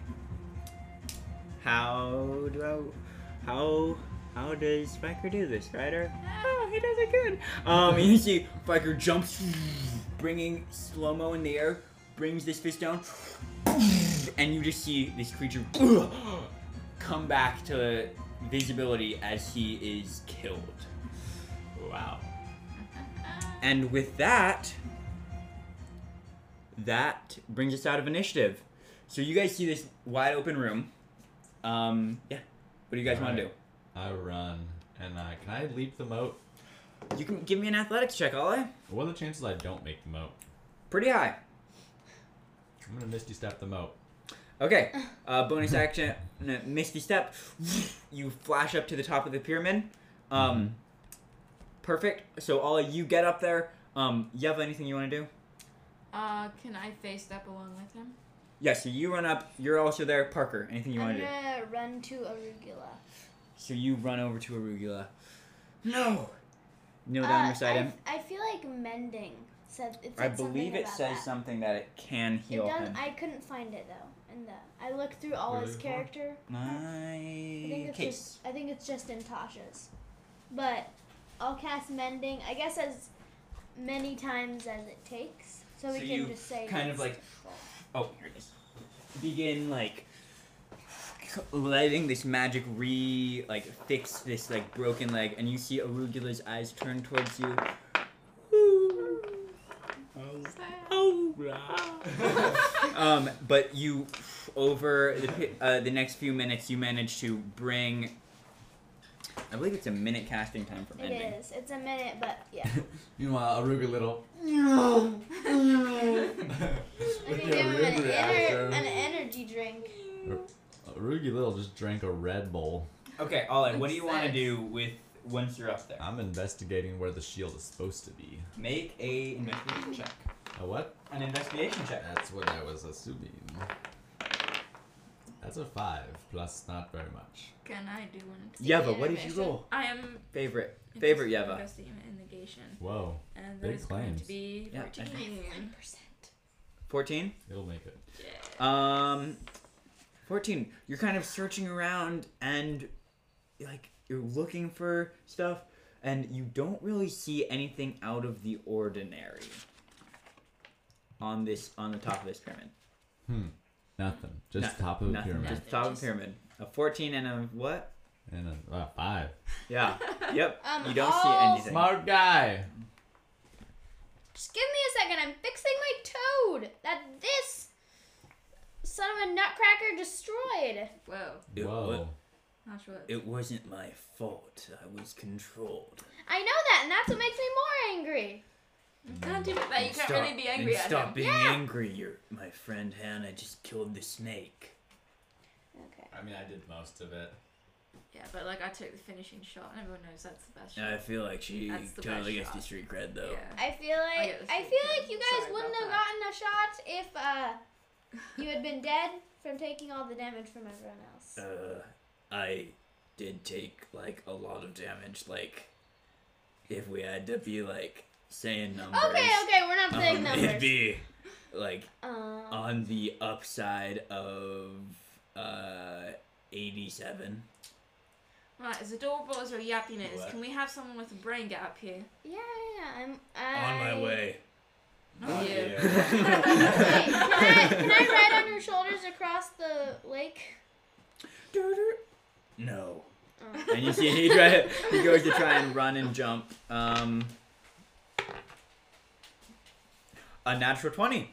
How do I. How. How does Spiker do this, Ryder? Oh, he does it good. Um, you see, Spiker jumps, bringing slow mo in the air, brings this fist down, and you just see this creature come back to visibility as he is killed. Wow. And with that, that brings us out of initiative. So you guys see this wide open room. Um, yeah. What do you guys want to Alright. I run and I can I leap the moat? do? You can give me an athletics check, Ollie. What are the chances I don't make the moat? Pretty high. I'm gonna misty step the moat. Okay. Uh, bonus action, no, Misty Step. You flash up to the top of the pyramid. Um, perfect. So, Ollie, you get up there. Um, you have anything you want to do? Uh, can I face up along with him? Yeah, so you run up. You're also there. Parker, anything you I'm want to do? gonna run to arugula. So you run over to Arugula. No! Kneel Uh, down beside I, him. I feel like mending said it. I said something believe it about says that. something that it can It heal does, him. I couldn't find it though. In the I looked through all his Really? character. I think My it's case. just I think it's just in Tasha's. But I'll cast mending. I guess as many times as it takes. So we So can you just say kind of, it's- Oh, here it is. Begin like letting this magic re like fix this like broken leg, and you see Arugula's eyes turn towards you. Oh. um, but you, over the pi- uh, the next few minutes, you manage to bring. I believe it's a minute casting time for It mending. is. It's a minute, but yeah. Meanwhile, Aruga little. Mm. I With can the give him an, Aruga ener- an after. energy drink. Aruga Uh, little just drank a Red Bull. Okay, Ollie, what do you want to Success. do with once you're up there? I'm investigating where the shield is supposed to be. Make a investigation check. A what? An investigation check. That's what I was assuming. That's a five plus not very much. Can I do one? Yeva, what did you Investigation. roll? I am Favorite, favorite Yeva. Investigation, Whoa, and that Big is going claims. to be Yeah, I fourteen. Fourteen. it'll make it. Um, fourteen. You're kind of searching around and, like, you're looking for stuff, and you don't really see anything out of the ordinary. On this, on the top of this pyramid. Nothing. Just Nothing. top of the Nothing. pyramid. Just top of the pyramid. A 14 and a what? And a uh, five. Yeah. yep. Um, you don't see I'll- anything. Smart guy. Just give me a second. I'm fixing my toad that this son of a nutcracker destroyed. Whoa. It, Whoa. wa- Not sure. what- it wasn't my fault. I was controlled. I know that, and that's what makes me more angry. God damn it, that Uh, you And can't stop- really be angry and at stop him. being angry. Your my friend Hannah just killed the snake. Okay. I mean, I did most of it. Yeah, but like I took the finishing shot, and everyone knows that's the best. shot. I feel like she That's the totally best gets shot. this regret though. Yeah. I feel like get the I, same feel thing. like you guys Sorry wouldn't have about gotten a shot if uh you had been dead from taking all the damage from everyone else. Uh, I did take like a lot of damage. Like, if we had to be like saying numbers, Okay, okay, we're not saying um, numbers. it'd be like um, on the upside of uh 87. Right, as adorable as your yappiness, What? can we have someone with a brain get up here? yeah, yeah, I'm On I, my way. Oh, Not you. Wait, can I can I ride on your shoulders across the lake? No. Oh. And you see he try, he goes to try and run and jump. Um, a natural twenty.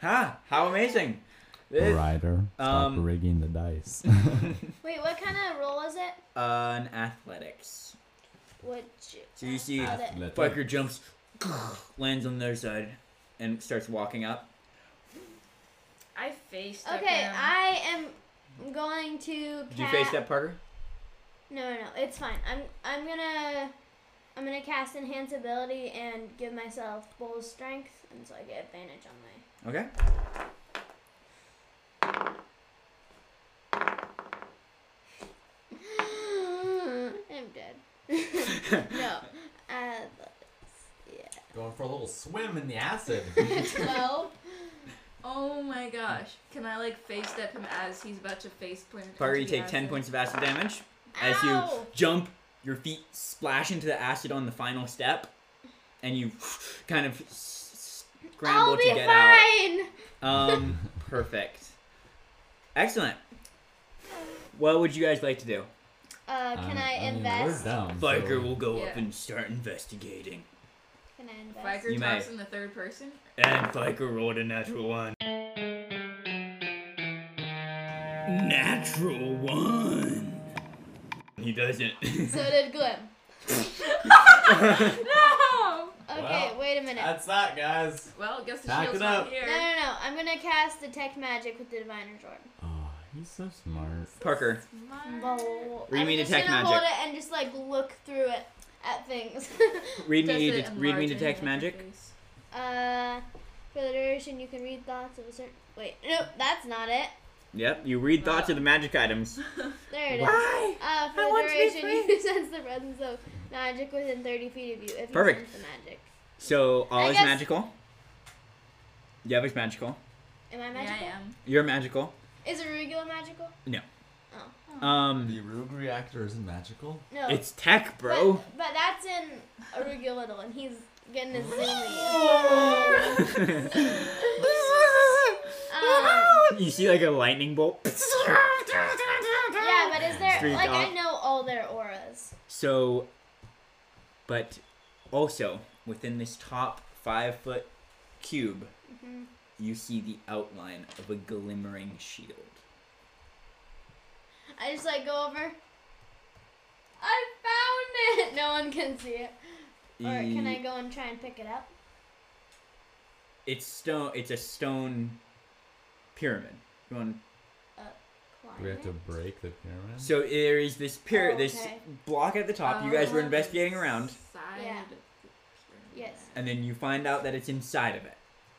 Ha! How amazing! This, Ryder, stop um, rigging the dice. Wait, what kind of roll is it? uh, An athletics. What? you- So you see, Got it. Athletic. biker jumps, lands on their side, and starts walking up. I faced. Okay, I am going to. Did you face ca- that Parker? No, no, no, it's fine. I'm I'm gonna I'm gonna cast enhance ability and give myself bull strength, and so I get advantage on my. Okay. I'm dead. no, uh, Going for a little swim in the acid. twelve. Oh my gosh! Can I like face step him as he's about to face plant? Parker, you into the take ten acid? points of acid damage as you Ow! jump. Your feet splash into the acid on the final step, and you kind of s- s- scramble I'll to be get out. fine. Um, perfect. Excellent. What would you guys like to do? Uh, Um, Um, can I mean, invest? we're down. so- Biker will go up Yeah. and start investigating. Can I invest? Viker You talks may. in the third person. And Biker rolled a natural one. Natural one. He doesn't. So did Glim. No. Okay, Well, wait a minute. That's that, guys. Well, guess the Back shield's it not up. here. No, no, no. I'm gonna cast detect magic with the diviner sword. Oh, he's so smart. Parker, Bowl. Read I'm me just detect gonna hold magic. it and just like look through it at things. read Does me, it det- read me enlarge detect any of your magic. face? uh, for the duration, you can read thoughts of a certain. Wait, nope, that's not it. Yep, you read Uh, thoughts of the magic items. There it is. Uh, for the duration, you can sense the presence of magic within 30 feet of you if you Perfect. sense the magic. So all I is guess- magical. Yevish magical. Am I Yeah, magical? I am. You're magical. Is arugula magical? Um, Oh. The Rube reactor isn't magical. No. it's tech, bro. But, but that's in arugula little, and he's getting his zillion. um, you see like a lightning bolt. Yeah, but is there Street like I dog. know all their auras? So, but also within this top five foot cube, Mhm. you see the outline of a glimmering shield. I just like go over. I found it. No one can see it. Or can I E- go and try and pick it up? It's stone. It's a stone pyramid. You want- Climb Do we have to it? break the pyramid? So there is this pyra- Oh, this okay. Oh, block at the top. you guys were investigating around, Oh, Side Yeah. of the pyramid. Yes. and then you find out that it's inside of it.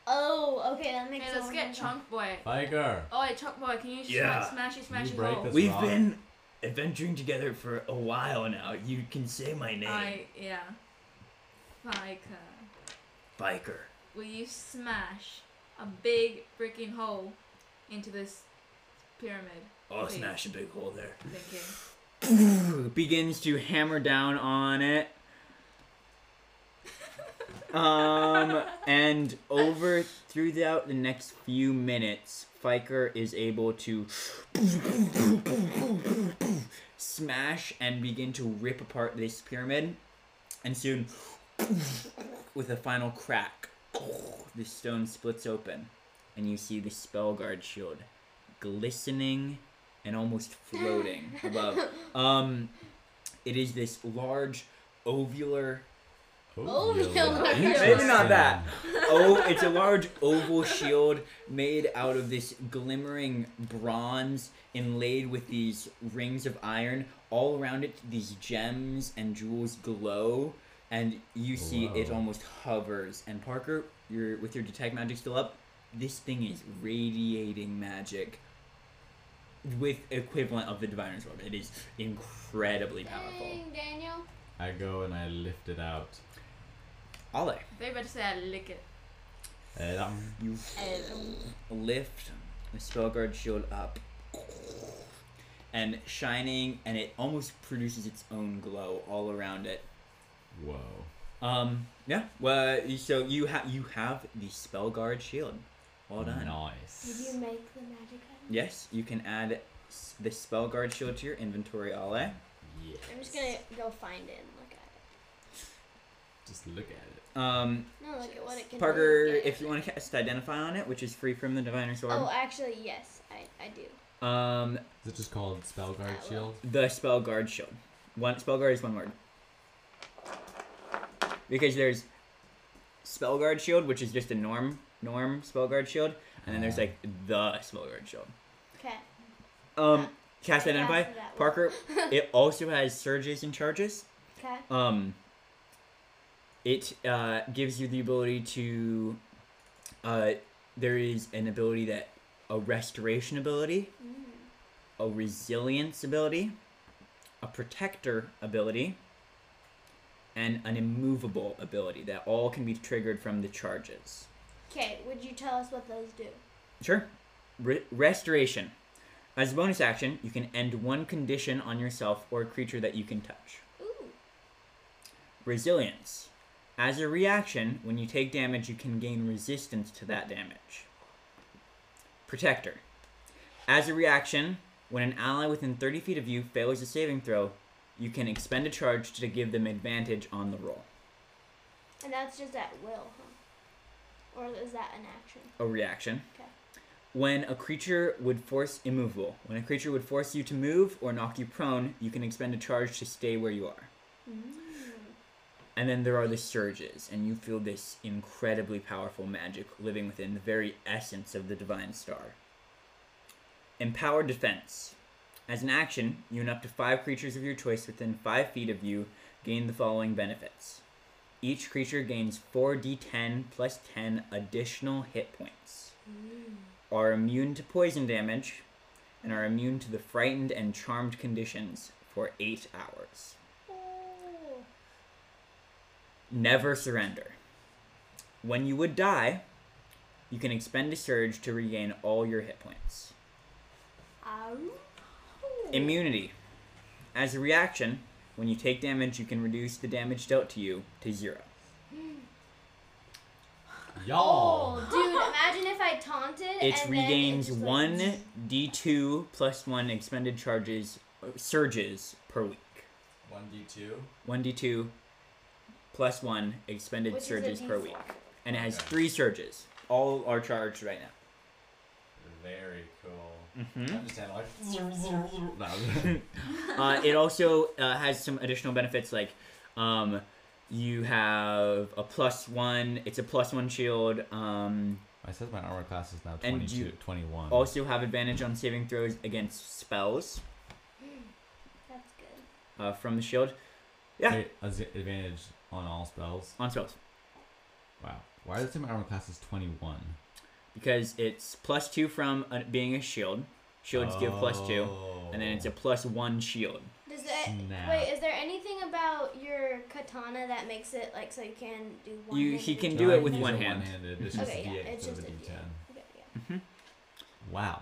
Oh, okay, that Hey, makes a let's lot get of- Chunk Boy. Biker. Oh, hey, Chunk Boy, can you sma- Yeah. smashy, smashy break hole? this- We've wrong. been adventuring together for a while now. You can say my name, I yeah. Like, uh, biker. will you smash a big freaking hole into this Pyramid. Oh, Please. smash a big hole there. Thank you. begins to hammer down on it. Um, and over throughout the next few minutes, Fiker is able to smash and begin to rip apart this pyramid. And soon, with a final crack, the stone splits open. And you see the Spellguard shield glistening and almost floating above. Um, it is this large ovular. Oh, yeah. Maybe not that. Oh, it's a large oval shield made out of this glimmering bronze inlaid with these rings of iron. All around it, these gems and jewels glow, and you see it Glow. almost hovers. And Parker, you're with your detect magic still up. This thing is radiating magic with equivalent of the diviner's orb. It is incredibly powerful. Dang, Daniel. I go and I lift it out. Ole, They're about to say I lick it. And I'm you lift the Spellguard shield up and shining, and it almost produces its own glow all around it. Whoa. Um, yeah. Well, you- so you have you have the Spellguard shield. Well done. Mm-hmm. Did Nice. you make the magic item? Yes, you can add s- the Spellguard shield to your inventory, Ale. Yeah. I'm just gonna go find it and look at Just look at it. Um, it. No, look at what it can Parker, do. Yeah. if you want to cast Identify on it, which is free from the Diviner's Oh, Orb. actually, yes, I, I do. Um, Is it just called Spellguard Hello. Shield? the spell guard shield. One spell guard is one word. Because there's spell guard shield, which is just a norm norm spell guard shield, and then there's like the spell guard shield. Okay. Um, cast I identify, got that one. Parker. it also has surges and charges. Okay. Um, it uh, gives you the ability to. Uh, there is an ability that a restoration ability, a resilience ability, a protector ability, and an immovable ability that all can be triggered from the charges. Okay, would you tell us what those do? Sure. Re- restoration. As a bonus action, you can end one condition on yourself or a creature that you can touch. Ooh. Resilience. As a reaction, when you take damage, you can gain resistance to that damage. Protector. As a reaction, when an ally within 30 feet of you fails a saving throw, you can expend a charge to give them advantage on the roll. And that's just at will, huh? Or is that an action? A reaction. Okay. When a creature would force immovable. When a creature would force you to move or knock you prone, you can expend a charge to stay where you are. Mm. And then there are the surges, and you feel this incredibly powerful magic living within the very essence of the Divine Star. Empowered Defense. As an action, you and up to five creatures of your choice within five feet of you gain the following benefits. Each creature gains 4d10 plus 10 additional hit points, are immune to poison damage, and are immune to the frightened and charmed conditions for eight hours. Oh. Never surrender. When you would die, you can expend a surge to regain all your hit points. Ow. Immunity. As a reaction, when you take damage, you can reduce the damage dealt to you to zero. Y'all. Oh, dude, imagine if I taunted. It and regains then it just, like, one d2 plus one expended charges uh, surges per week. 1d2. One d2 plus one expended which is a surges per D4. week, and it has Okay. three surges. All are charged right now. Very cool. Mm-hmm. I'm just kinda like. No. uh, it also uh, has some additional benefits like um, you have a plus one it's a plus one shield um, I said my armor class is now And 22, you 21. also have advantage on saving throws against spells Hmm, That's good. uh, from the shield yeah. Wait, az- advantage on all spells. on spells Wow. Why does it say my armor class is 21? because it's plus two from uh, being a shield shields give plus two and then it's a plus one shield Does that Snap. wait? Is there anything about your katana that makes it like so you can do one? You- hand he and can do- do it with use one a hand. One-handed. It's just Okay, a yeah, D8, it's so just a it's a D10. D10. Okay, yeah. Wow.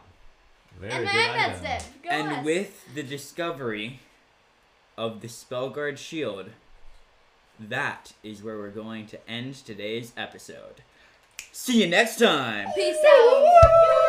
Very and my good iPad item. said, go and us. with the discovery of the Spellguard Shield, that is where we're going to end today's episode. See you next time! Peace out.